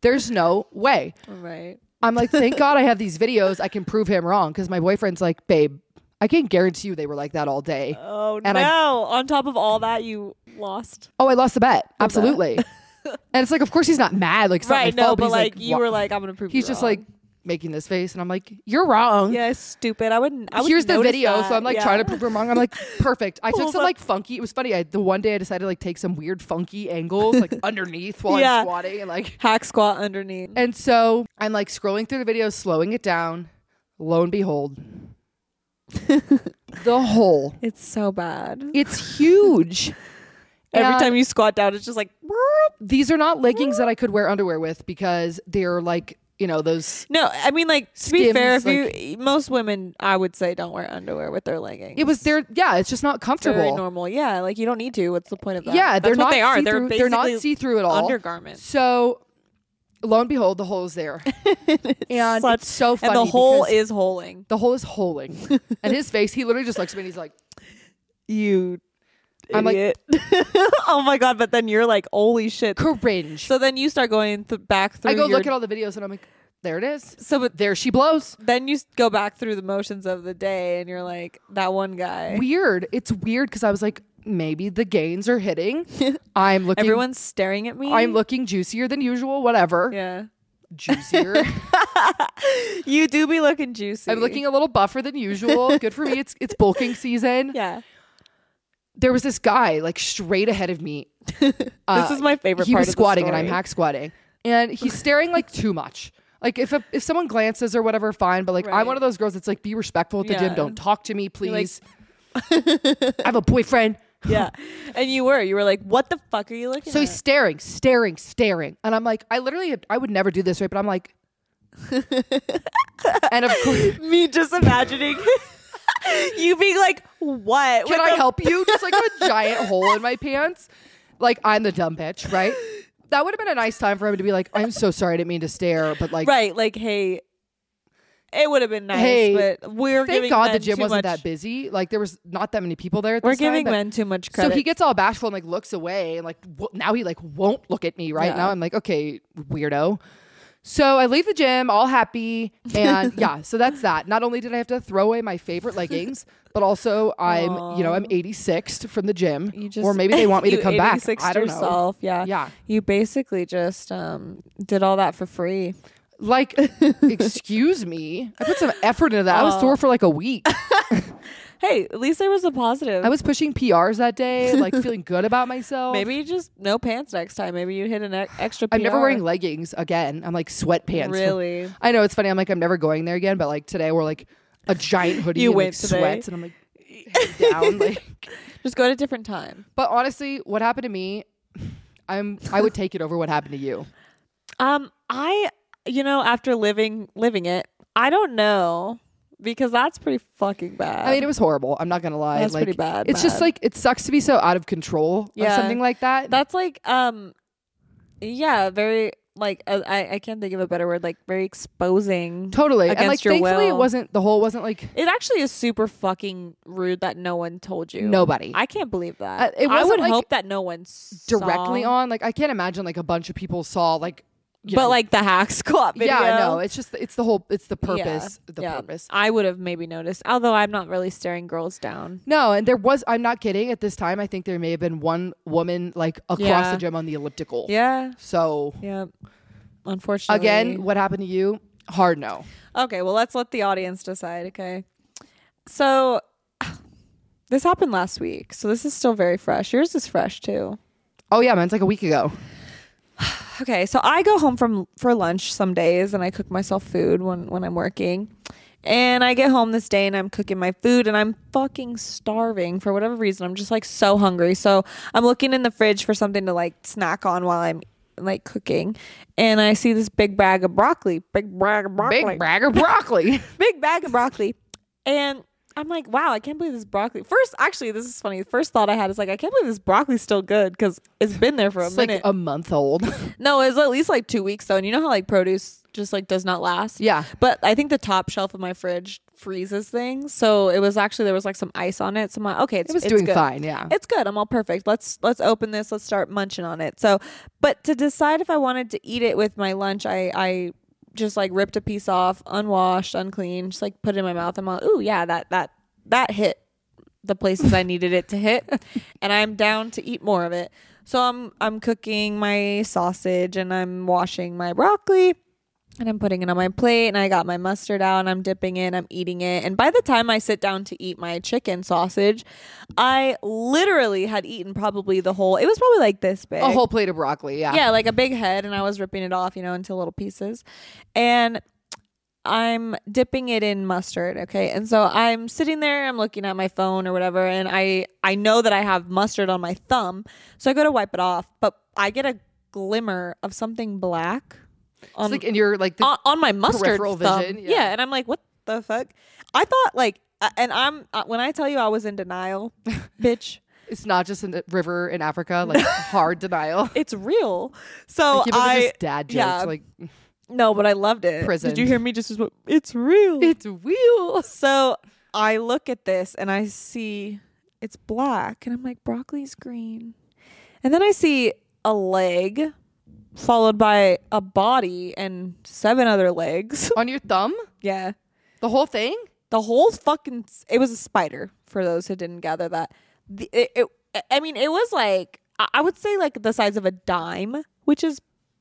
[SPEAKER 2] There's no way.
[SPEAKER 1] Right.
[SPEAKER 2] I'm like, thank God I have these videos. I can prove him wrong because my boyfriend's like, babe, I can guarantee you they were like that all day.
[SPEAKER 1] Oh
[SPEAKER 2] And
[SPEAKER 1] no.
[SPEAKER 2] I-
[SPEAKER 1] on top of all that you lost.
[SPEAKER 2] Oh, I lost the bet. Absolutely. and it's like, of course he's not mad. Like, it's not my
[SPEAKER 1] right, no,
[SPEAKER 2] fault,
[SPEAKER 1] but
[SPEAKER 2] he's
[SPEAKER 1] like, you
[SPEAKER 2] wha-
[SPEAKER 1] were like, I'm gonna prove
[SPEAKER 2] he's
[SPEAKER 1] you
[SPEAKER 2] just
[SPEAKER 1] wrong.
[SPEAKER 2] like making this face, and I'm like, you're wrong.
[SPEAKER 1] Yeah, it's stupid. I wouldn't I would
[SPEAKER 2] Here's the
[SPEAKER 1] notice
[SPEAKER 2] video,
[SPEAKER 1] that.
[SPEAKER 2] so I'm like
[SPEAKER 1] Yeah.
[SPEAKER 2] trying to prove him wrong. I'm like, perfect. I took
[SPEAKER 1] Pulls
[SPEAKER 2] some
[SPEAKER 1] up-
[SPEAKER 2] like funky. It was funny. I the one day I decided to like take some weird funky angles like underneath while
[SPEAKER 1] Yeah.
[SPEAKER 2] I'm squatting and like.
[SPEAKER 1] hack squat underneath.
[SPEAKER 2] And so I'm like scrolling through the video, slowing it down. Lo and behold, the hole.
[SPEAKER 1] It's so bad.
[SPEAKER 2] It's huge.
[SPEAKER 1] Every
[SPEAKER 2] And-
[SPEAKER 1] time you squat down, it's just like
[SPEAKER 2] these are not leggings that I could wear underwear with because they're like, you know, those.
[SPEAKER 1] No, I mean like to be fair, if
[SPEAKER 2] Skims,
[SPEAKER 1] you most women I would say don't wear underwear with their leggings.
[SPEAKER 2] It was their, yeah, it's just not
[SPEAKER 1] very
[SPEAKER 2] comfortable.
[SPEAKER 1] normal. Yeah, like you don't need to. What's the point of that?
[SPEAKER 2] Yeah,
[SPEAKER 1] That's
[SPEAKER 2] they're
[SPEAKER 1] what
[SPEAKER 2] not
[SPEAKER 1] they are. They're
[SPEAKER 2] see-through-
[SPEAKER 1] basically
[SPEAKER 2] they're not see through at all.
[SPEAKER 1] undergarments.
[SPEAKER 2] So lo and behold, the hole's there. and
[SPEAKER 1] Such-
[SPEAKER 2] it's so funny.
[SPEAKER 1] and the hole
[SPEAKER 2] because
[SPEAKER 1] is holing.
[SPEAKER 2] The hole is holing. and his face, he literally just looks at me and he's like,
[SPEAKER 1] You
[SPEAKER 2] I'm like-
[SPEAKER 1] idiot. oh my god! But then you're like, holy shit.
[SPEAKER 2] cringe.
[SPEAKER 1] So then you start going th- back through.
[SPEAKER 2] I go
[SPEAKER 1] your-
[SPEAKER 2] look at all the videos and I'm like, there it is.
[SPEAKER 1] So but
[SPEAKER 2] There she blows.
[SPEAKER 1] then you s- go back through the motions of the day, and you're like, that one guy.
[SPEAKER 2] Weird. It's weird because I was like, maybe the gains are hitting. I'm looking.
[SPEAKER 1] Everyone's staring at me.
[SPEAKER 2] I'm looking juicier than usual, whatever.
[SPEAKER 1] Yeah,
[SPEAKER 2] Juicier.
[SPEAKER 1] you do be looking juicy.
[SPEAKER 2] I'm looking a little buffer than usual. Good for me. It's it's bulking season.
[SPEAKER 1] Yeah,
[SPEAKER 2] There was this guy like straight ahead of me. Uh,
[SPEAKER 1] this is my favorite.
[SPEAKER 2] He
[SPEAKER 1] part
[SPEAKER 2] was
[SPEAKER 1] of the
[SPEAKER 2] squatting and I'm
[SPEAKER 1] story.
[SPEAKER 2] hack squatting, and he's staring like too much. Like if a, if someone glances or whatever, fine. But like
[SPEAKER 1] Right.
[SPEAKER 2] I'm one of those girls that's like, be respectful at the
[SPEAKER 1] Yeah.
[SPEAKER 2] gym. Don't talk to me,
[SPEAKER 1] like-
[SPEAKER 2] please. I have a boyfriend.
[SPEAKER 1] yeah, and you were. You were like, what the fuck are you looking?
[SPEAKER 2] So
[SPEAKER 1] at?
[SPEAKER 2] he's staring, staring, staring, and I'm like, I literally, I would never do this, right? But I'm like, and of course.
[SPEAKER 1] me just imagining you being like, what?
[SPEAKER 2] Can
[SPEAKER 1] With
[SPEAKER 2] I
[SPEAKER 1] the-
[SPEAKER 2] help you? Just like a giant hole in my pants. Like I'm the dumb bitch, right? That would have been a nice time for him to be like, I'm so sorry, I didn't mean to stare, but like,
[SPEAKER 1] Right, like, hey, it would have been nice,
[SPEAKER 2] Hey,
[SPEAKER 1] but we're
[SPEAKER 2] thank
[SPEAKER 1] giving
[SPEAKER 2] God the
[SPEAKER 1] men
[SPEAKER 2] gym
[SPEAKER 1] too
[SPEAKER 2] wasn't
[SPEAKER 1] much-
[SPEAKER 2] that busy. Like there was not that many people there. At
[SPEAKER 1] We're
[SPEAKER 2] this time,
[SPEAKER 1] giving
[SPEAKER 2] but-
[SPEAKER 1] men too much
[SPEAKER 2] So
[SPEAKER 1] credit.
[SPEAKER 2] he gets all bashful and like looks away and like w- now he like won't look at me right
[SPEAKER 1] Yeah.
[SPEAKER 2] now. I'm like, okay, weirdo. So I leave the gym all happy. And yeah, so that's that. Not only did I have to throw away my favorite leggings, but also I'm, you know, I'm 86th from the gym.
[SPEAKER 1] You just
[SPEAKER 2] or maybe they want me to
[SPEAKER 1] you
[SPEAKER 2] come back.
[SPEAKER 1] 86'd
[SPEAKER 2] I don't know.
[SPEAKER 1] yourself. Yeah.
[SPEAKER 2] Yeah.
[SPEAKER 1] You basically just um, did all that for free.
[SPEAKER 2] Like, excuse me. I put some effort into that. I was sore for like a week.
[SPEAKER 1] Hey, at least there was a positive.
[SPEAKER 2] I was pushing PRs that day, like feeling good about myself.
[SPEAKER 1] Maybe you just no pants next time. Maybe you hit an e- extra.
[SPEAKER 2] I'm never
[SPEAKER 1] PR.
[SPEAKER 2] wearing leggings again. I'm like sweatpants. for-
[SPEAKER 1] Really?
[SPEAKER 2] I know it's funny. I'm like, I'm never going there again. But like today, we're like a giant hoodie
[SPEAKER 1] You
[SPEAKER 2] and like
[SPEAKER 1] went today.
[SPEAKER 2] sweats, and I'm like head down. Like,
[SPEAKER 1] Just go at a different time.
[SPEAKER 2] but honestly, what happened to me, I'm I would take it over what happened to you.
[SPEAKER 1] Um, I you know after living living it, I don't know because that's pretty fucking bad.
[SPEAKER 2] I mean, it was horrible. I'm not gonna lie.
[SPEAKER 1] That's
[SPEAKER 2] like,
[SPEAKER 1] pretty bad,
[SPEAKER 2] It's just
[SPEAKER 1] bad.
[SPEAKER 2] like it sucks to be so out of control yeah.
[SPEAKER 1] Yeah.
[SPEAKER 2] something like that.
[SPEAKER 1] that's like um, yeah, very like uh, I I can't think of a better word. Like very exposing.
[SPEAKER 2] totally. And like,
[SPEAKER 1] against your
[SPEAKER 2] thankfully,
[SPEAKER 1] will.
[SPEAKER 2] it wasn't the whole wasn't like
[SPEAKER 1] It actually is super fucking rude that no one told you.
[SPEAKER 2] Nobody.
[SPEAKER 1] I can't believe that.
[SPEAKER 2] Uh, it
[SPEAKER 1] I
[SPEAKER 2] wasn't,
[SPEAKER 1] would
[SPEAKER 2] like,
[SPEAKER 1] hope that no one saw.
[SPEAKER 2] directly on. Like, I can't imagine like a bunch of people saw like. you
[SPEAKER 1] but
[SPEAKER 2] know,
[SPEAKER 1] like the hack squat video.
[SPEAKER 2] yeah, no, it's just it's the whole it's the
[SPEAKER 1] Yeah,
[SPEAKER 2] purpose, the
[SPEAKER 1] yeah.
[SPEAKER 2] purpose.
[SPEAKER 1] I would have maybe noticed, although I'm not really staring girls down.
[SPEAKER 2] No, and there was I'm not kidding. At this time, I think there may have been one woman like across
[SPEAKER 1] Yeah.
[SPEAKER 2] the gym on the elliptical.
[SPEAKER 1] Yeah,
[SPEAKER 2] So
[SPEAKER 1] yeah. Unfortunately,
[SPEAKER 2] again, what happened to you? Hard no.
[SPEAKER 1] Okay, well, let's let the audience decide. Okay, so this happened last week, so this is still very fresh. Yours is fresh too.
[SPEAKER 2] Oh yeah, man, it's like a week ago.
[SPEAKER 1] Okay, so I go home from for lunch some days, and I cook myself food when when I'm working. And I get home this day and I'm cooking my food and I'm fucking starving for whatever reason. I'm just like so hungry. So I'm looking in the fridge for something to like snack on while I'm like cooking. And I see this big bag of broccoli. Big bag of broccoli.
[SPEAKER 2] Big bragger broccoli.
[SPEAKER 1] big bag of broccoli. And I'm like, wow, I can't believe this broccoli. First, actually, this is funny. The first thought I had is like, I can't believe this broccoli's still good because it's been there for a
[SPEAKER 2] it's like
[SPEAKER 1] minute.
[SPEAKER 2] a month old.
[SPEAKER 1] No, it was at least like two weeks though. And you know how like produce just like does not last?
[SPEAKER 2] Yeah.
[SPEAKER 1] But I think the top shelf of my fridge freezes things. So it was actually there was like some ice on it. So I'm like, okay, it's
[SPEAKER 2] It was
[SPEAKER 1] it's
[SPEAKER 2] doing
[SPEAKER 1] good.
[SPEAKER 2] fine. Yeah.
[SPEAKER 1] It's good. I'm all perfect. Let's let's open this. Let's start munching on it. So but to decide if I wanted to eat it with my lunch, I I just like ripped a piece off, unwashed, unclean, just like put it in my mouth. I'm like, ooh yeah, that that that hit the places I needed it to hit, and I'm down to eat more of it. So I'm I'm cooking my sausage and I'm washing my broccoli and I'm putting it on my plate and I got my mustard out and I'm dipping it, I'm eating it. And by the time I sit down to eat my chicken sausage, I literally had eaten probably the whole it was probably like this big.
[SPEAKER 2] a whole plate of broccoli. Yeah.
[SPEAKER 1] Yeah, like a big head, and I was ripping it off, you know, into little pieces. And I'm dipping it in mustard, okay? And so I'm sitting there, I'm looking at my phone or whatever, and I I know that I have mustard on my thumb. So I go to wipe it off, but I get a glimmer of something black
[SPEAKER 2] It's
[SPEAKER 1] um,
[SPEAKER 2] like in your like the,
[SPEAKER 1] on, on my mustard
[SPEAKER 2] peripheral
[SPEAKER 1] thumb.
[SPEAKER 2] vision,
[SPEAKER 1] yeah.
[SPEAKER 2] yeah.
[SPEAKER 1] and I'm like, what the fuck? I thought like uh, and I'm uh, when I tell you I was in denial, bitch,
[SPEAKER 2] it's not just in the river in Africa, like hard denial.
[SPEAKER 1] it's real. So
[SPEAKER 2] Give
[SPEAKER 1] I
[SPEAKER 2] just dad jokes
[SPEAKER 1] yeah.
[SPEAKER 2] like
[SPEAKER 1] No, but I loved it.
[SPEAKER 2] Prison.
[SPEAKER 1] Did you hear me just as well? It's real.
[SPEAKER 2] it's real.
[SPEAKER 1] so I look at this and I see it's black and I'm like, broccoli's green. And then I see a leg followed by a body and seven other legs.
[SPEAKER 2] On your thumb?
[SPEAKER 1] yeah.
[SPEAKER 2] The whole thing?
[SPEAKER 1] The whole fucking it was a spider for those who didn't gather that. The, it, it, I mean, it was like I- I would say like the size of a dime, which is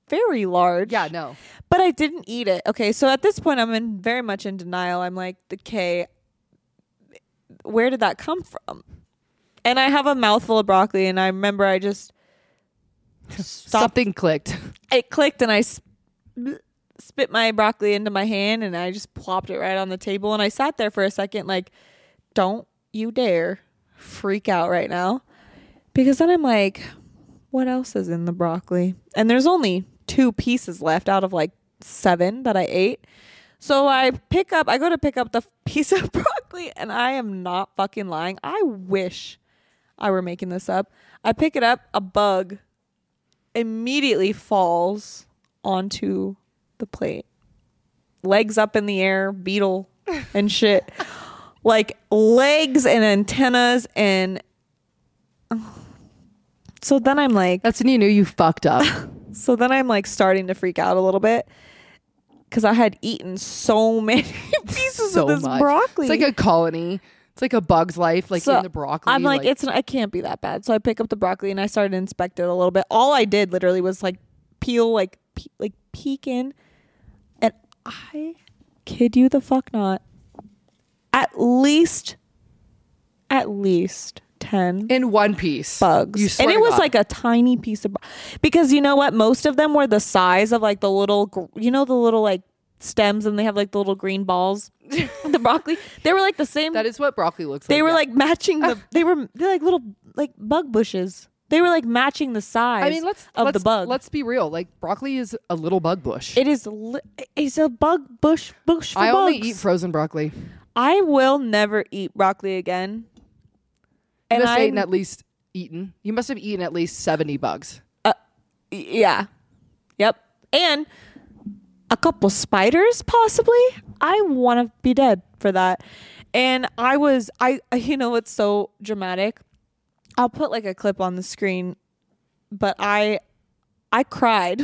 [SPEAKER 1] very large.
[SPEAKER 2] Yeah, no.
[SPEAKER 1] But I didn't eat it. Okay, so at this point, I'm in very much in denial. I'm like, okay, where did that come from? And I have a mouthful of broccoli, and I remember I just stopped.
[SPEAKER 2] Something clicked.
[SPEAKER 1] It clicked, and I sp- spit my broccoli into my hand, and I just plopped it right on the table. And I sat there for a second, like, don't you dare freak out right now, because then I'm like, what else is in the broccoli? And there's only two pieces left out of like seven that I ate. So I pick up, I go to pick up the piece of broccoli, and I am not fucking lying. I wish I were making this up. I pick it up, a bug immediately falls onto the plate. Legs up in the air, beetle and shit. like legs and antennas and. So then I'm like,
[SPEAKER 2] That's when you knew you fucked up.
[SPEAKER 1] so then I'm like starting to freak out a little bit. because I had eaten so many pieces
[SPEAKER 2] so
[SPEAKER 1] of this
[SPEAKER 2] much.
[SPEAKER 1] broccoli.
[SPEAKER 2] It's like a colony. It's like a bug's life, like
[SPEAKER 1] So
[SPEAKER 2] in the broccoli.
[SPEAKER 1] I'm like, it's it can't be that bad. So I pick up the broccoli and I started to inspect it a little bit. All I did literally was like peel like pe- like peek in, and I kid you the fuck not, at least, at least ten
[SPEAKER 2] in one piece.
[SPEAKER 1] bugs.
[SPEAKER 2] You
[SPEAKER 1] and
[SPEAKER 2] swear
[SPEAKER 1] it
[SPEAKER 2] to
[SPEAKER 1] was
[SPEAKER 2] God.
[SPEAKER 1] like a tiny piece of bu- because you know what? Most of them were the size of like the little, gr- you know, the little like stems, and they have like the little green balls. the broccoli, they were like the same.
[SPEAKER 2] that is what broccoli looks like.
[SPEAKER 1] They were
[SPEAKER 2] yeah.
[SPEAKER 1] like matching the. They were they're like little like bug bushes. They were like matching the size.
[SPEAKER 2] I mean, let's
[SPEAKER 1] of
[SPEAKER 2] let's,
[SPEAKER 1] the bug.
[SPEAKER 2] Let's be real. Like broccoli is a little bug bush.
[SPEAKER 1] It is. Li- it's a bug bush. Bush for
[SPEAKER 2] I only
[SPEAKER 1] bugs.
[SPEAKER 2] eat frozen broccoli.
[SPEAKER 1] I will never eat broccoli again.
[SPEAKER 2] You
[SPEAKER 1] And
[SPEAKER 2] must have eaten
[SPEAKER 1] I.
[SPEAKER 2] at least eaten. You must have eaten at least seventy bugs.
[SPEAKER 1] Yeah. Yep. And a couple spiders possibly. I want to be dead for that. And I was I you know what's so dramatic? I'll put like a clip on the screen, but I I cried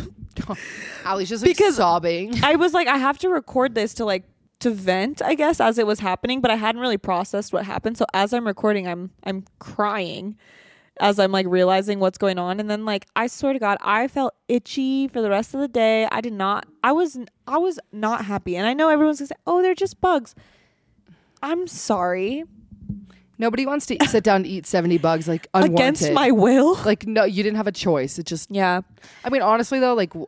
[SPEAKER 2] Allie's just like
[SPEAKER 1] Because-
[SPEAKER 2] sobbing.
[SPEAKER 1] I was like, I have to record this to like to vent, I guess, as it was happening, but I hadn't really processed what happened. So as I'm recording, I'm I'm crying as I'm like realizing what's going on. And then like I swear to God, I felt itchy for the rest of the day. I did not I was I was not happy. And I know everyone's gonna say, Oh, they're just bugs. I'm sorry.
[SPEAKER 2] Nobody wants to sit down to eat seventy bugs like unwanted.
[SPEAKER 1] Against my will.
[SPEAKER 2] like no, you didn't have a choice. It just.
[SPEAKER 1] Yeah.
[SPEAKER 2] I mean, honestly though, like w-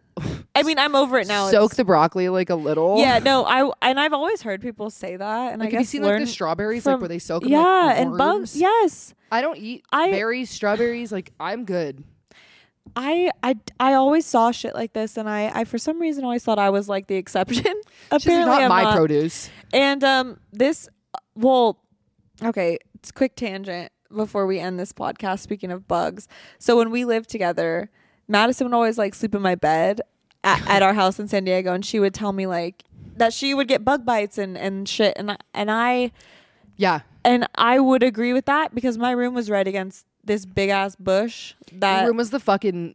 [SPEAKER 1] I mean I'm over it now.
[SPEAKER 2] soak
[SPEAKER 1] It's-
[SPEAKER 2] the broccoli like a little.
[SPEAKER 1] yeah, no, I and I've always heard people say that, and I
[SPEAKER 2] Like,
[SPEAKER 1] guess
[SPEAKER 2] have you seen
[SPEAKER 1] learn
[SPEAKER 2] like the strawberries, like
[SPEAKER 1] from-
[SPEAKER 2] where they soak? 'em, like,
[SPEAKER 1] yeah, and
[SPEAKER 2] worms?
[SPEAKER 1] bugs, yes,
[SPEAKER 2] I don't eat
[SPEAKER 1] I-
[SPEAKER 2] berries, strawberries. Like I'm good.
[SPEAKER 1] I, I I always saw shit like this, and I, I for some reason always thought I was like the exception.
[SPEAKER 2] She's like,
[SPEAKER 1] Apparently,
[SPEAKER 2] not
[SPEAKER 1] I'm
[SPEAKER 2] my
[SPEAKER 1] not.
[SPEAKER 2] produce.
[SPEAKER 1] And um, this well, okay, it's a quick tangent before we end this podcast. Speaking of bugs, so when we lived together, Madison would always like sleep in my bed at, at our house in San Diego, and she would tell me like that she would get bug bites and and shit, and I- and I
[SPEAKER 2] Yeah,
[SPEAKER 1] and I would agree with that because my room was right against this big ass bush that
[SPEAKER 2] Your room was the fucking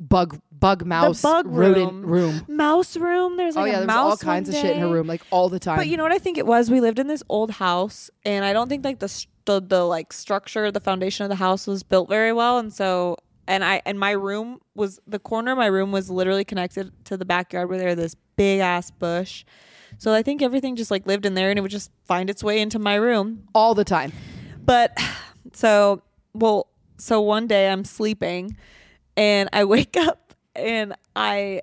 [SPEAKER 2] bug bug mouse
[SPEAKER 1] Uh, bug
[SPEAKER 2] rodent
[SPEAKER 1] room.
[SPEAKER 2] room.
[SPEAKER 1] mouse room. There's
[SPEAKER 2] oh
[SPEAKER 1] like
[SPEAKER 2] yeah,
[SPEAKER 1] a
[SPEAKER 2] there was
[SPEAKER 1] mouse
[SPEAKER 2] all kinds of
[SPEAKER 1] one
[SPEAKER 2] shit in her
[SPEAKER 1] day.
[SPEAKER 2] room, like all the time.
[SPEAKER 1] But you know what I think it was? We lived in this old house, and I don't think like the st- the, the like structure, the foundation of the house was built very well, and so and I and my room was the corner of my room was literally connected to the backyard where there was this big ass bush. So I think everything just like lived in there, and it would just find its way into my room
[SPEAKER 2] all the time.
[SPEAKER 1] but so well so one day i'm sleeping and i wake up and i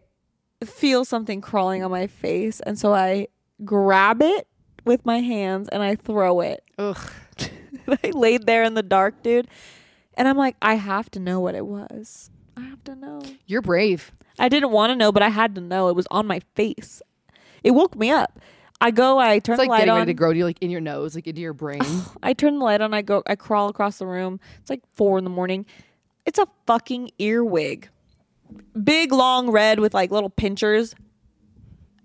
[SPEAKER 1] feel something crawling on my face and so i grab it with my hands and i throw it
[SPEAKER 2] Ugh.
[SPEAKER 1] i laid there in the dark dude and i'm like i have to know what it was i have to know
[SPEAKER 2] You're brave.
[SPEAKER 1] I didn't want to know, but I had to know. It was on my face. It woke me up. I go. I turn
[SPEAKER 2] It's like
[SPEAKER 1] the light
[SPEAKER 2] getting
[SPEAKER 1] on.
[SPEAKER 2] ready to grow to you, like in your nose, like into your brain.
[SPEAKER 1] I turn the light on. I go. I crawl across the room. It's like four in the morning. It's a fucking earwig, big, long, red with like little pinchers.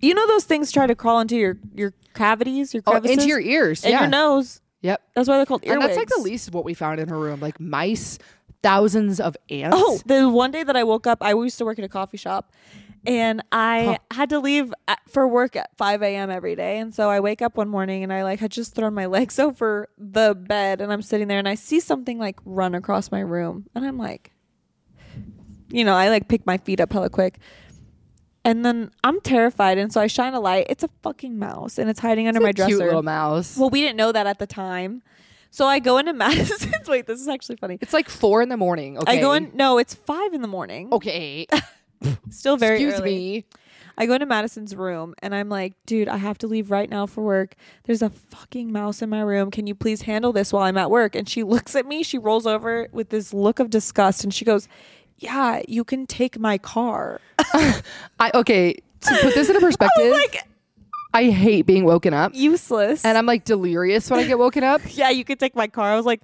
[SPEAKER 1] You know those things try to crawl into your your cavities, your
[SPEAKER 2] oh,
[SPEAKER 1] crevices,
[SPEAKER 2] into your ears.
[SPEAKER 1] and
[SPEAKER 2] yeah.
[SPEAKER 1] your nose.
[SPEAKER 2] Yep.
[SPEAKER 1] That's why they're called earwigs.
[SPEAKER 2] And that's like the least of what we found in her room, like mice, thousands of ants.
[SPEAKER 1] Oh, the one day that I woke up, I used to work at a coffee shop, and I had to leave at, for work at 5 a.m. every day. And so I wake up one morning and I like had just thrown my legs over the bed, and I'm sitting there and I see something like run across my room, and I'm like, you know, I like pick my feet up hella quick. And then I'm terrified, and so I shine a light. It's a fucking mouse, and it's hiding under
[SPEAKER 2] It's
[SPEAKER 1] my
[SPEAKER 2] a cute
[SPEAKER 1] dresser.
[SPEAKER 2] little mouse.
[SPEAKER 1] Well, we didn't know that at the time, so I go into Madison's. Wait, this is actually funny.
[SPEAKER 2] it's like four in the morning. Okay.
[SPEAKER 1] I go in. No, it's five in the morning.
[SPEAKER 2] Okay.
[SPEAKER 1] Still very
[SPEAKER 2] Excuse
[SPEAKER 1] early.
[SPEAKER 2] me.
[SPEAKER 1] I go into Madison's room and I'm like, dude, I have to leave right now for work. There's a fucking mouse in my room. Can you please handle this while I'm at work? And she looks at me. She rolls over with this look of disgust and she goes, yeah, you can take my car.
[SPEAKER 2] I okay. To put this into perspective,
[SPEAKER 1] Like
[SPEAKER 2] I hate being woken up.
[SPEAKER 1] useless.
[SPEAKER 2] And I'm like delirious when I get woken up.
[SPEAKER 1] yeah, you can take my car. I was like,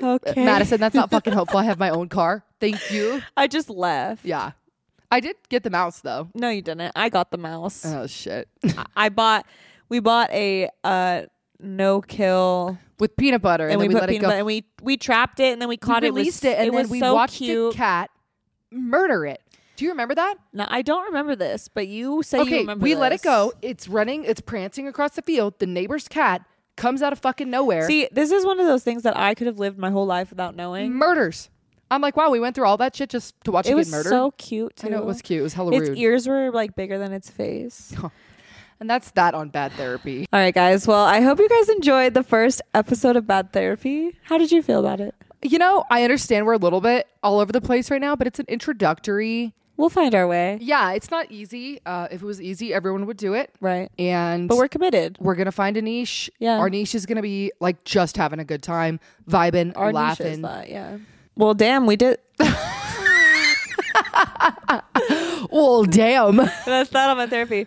[SPEAKER 1] okay.
[SPEAKER 2] Uh, Madison, that's not fucking helpful. I have my own car. Thank you.
[SPEAKER 1] I just left.
[SPEAKER 2] Yeah. I did get the mouse though.
[SPEAKER 1] No, you didn't. I got the mouse.
[SPEAKER 2] Oh shit.
[SPEAKER 1] I- I bought. We bought a uh, no kill
[SPEAKER 2] With peanut butter and,
[SPEAKER 1] and,
[SPEAKER 2] then
[SPEAKER 1] we
[SPEAKER 2] we
[SPEAKER 1] put
[SPEAKER 2] let it
[SPEAKER 1] peanut
[SPEAKER 2] go.
[SPEAKER 1] butter, and we we trapped it, and then we
[SPEAKER 2] We
[SPEAKER 1] caught it.
[SPEAKER 2] released
[SPEAKER 1] it, was,
[SPEAKER 2] and then
[SPEAKER 1] was
[SPEAKER 2] we
[SPEAKER 1] so
[SPEAKER 2] watched
[SPEAKER 1] cute.
[SPEAKER 2] a cat murder it. Do you remember that?
[SPEAKER 1] Now I don't remember this, but you say you
[SPEAKER 2] okay,
[SPEAKER 1] remember.
[SPEAKER 2] we let it
[SPEAKER 1] this.
[SPEAKER 2] go. It's running, it's prancing across the field. The neighbor's cat comes out of fucking nowhere,
[SPEAKER 1] See, this is one of those things that I could have lived my whole life without
[SPEAKER 2] Mm-hmm.
[SPEAKER 1] knowing.
[SPEAKER 2] murders. I'm like, wow, we went through all that shit just to watch
[SPEAKER 1] It
[SPEAKER 2] you
[SPEAKER 1] was
[SPEAKER 2] get murdered.
[SPEAKER 1] so cute. Too.
[SPEAKER 2] I know it was cute. It was hella
[SPEAKER 1] Its
[SPEAKER 2] rude. Oh.
[SPEAKER 1] ears were like bigger than its face.
[SPEAKER 2] and that's that on bad therapy.
[SPEAKER 1] All right, guys. Well, I hope you guys enjoyed the first episode of Bad Therapy. How did you feel about it?
[SPEAKER 2] You know, I understand we're a little bit all over the place right now, but it's an introductory.
[SPEAKER 1] We'll find our way,
[SPEAKER 2] Yeah, it's not easy. Uh, if it was easy, everyone would do it.
[SPEAKER 1] right?
[SPEAKER 2] And
[SPEAKER 1] But we're committed.
[SPEAKER 2] we're gonna find a niche.
[SPEAKER 1] Yeah.
[SPEAKER 2] Our niche is gonna be like just having a good time, vibing,
[SPEAKER 1] Our niche is
[SPEAKER 2] laughing.
[SPEAKER 1] that, yeah. Well, damn, we did.
[SPEAKER 2] Well, damn. Oh
[SPEAKER 1] That's that on my therapy.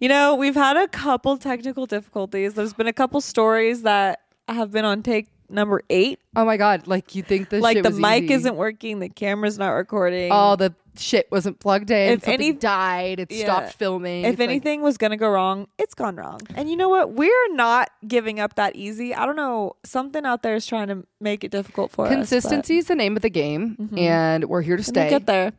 [SPEAKER 1] You know, we've had a couple technical difficulties. There's been a couple stories that have been on take number eight.
[SPEAKER 2] oh my god! Like you think this?
[SPEAKER 1] Like
[SPEAKER 2] shit
[SPEAKER 1] the
[SPEAKER 2] was
[SPEAKER 1] mic
[SPEAKER 2] easy. Oh,
[SPEAKER 1] isn't working, the camera's not recording.
[SPEAKER 2] All the shit wasn't plugged in.
[SPEAKER 1] If
[SPEAKER 2] If any
[SPEAKER 1] any-
[SPEAKER 2] died, it
[SPEAKER 1] Yeah.
[SPEAKER 2] stopped filming.
[SPEAKER 1] if
[SPEAKER 2] It's like-
[SPEAKER 1] anything was gonna go wrong, it's gone wrong. And you know what? We're not giving up that easy. I don't know. Something out there is trying to make it difficult for us.
[SPEAKER 2] consistency is the name of the game, and we're here to
[SPEAKER 1] but
[SPEAKER 2] stay.
[SPEAKER 1] We'll Mm-hmm. get there.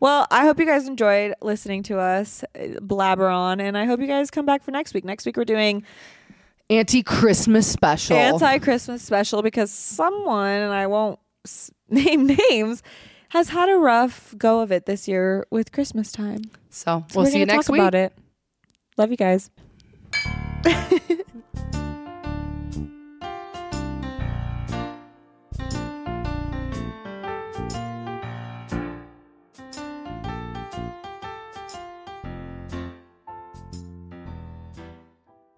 [SPEAKER 1] Well, I hope you guys enjoyed listening to us uh, blabber on, and I hope you guys come back for next week. Next week we're doing
[SPEAKER 2] Anti Christmas special.
[SPEAKER 1] anti Christmas special because someone, and I won't s- name names, has had a rough go of it this year with Christmas time.
[SPEAKER 2] so
[SPEAKER 1] So
[SPEAKER 2] we'll
[SPEAKER 1] we're
[SPEAKER 2] see you
[SPEAKER 1] gonna
[SPEAKER 2] next
[SPEAKER 1] talk
[SPEAKER 2] week.
[SPEAKER 1] about it. Love you guys.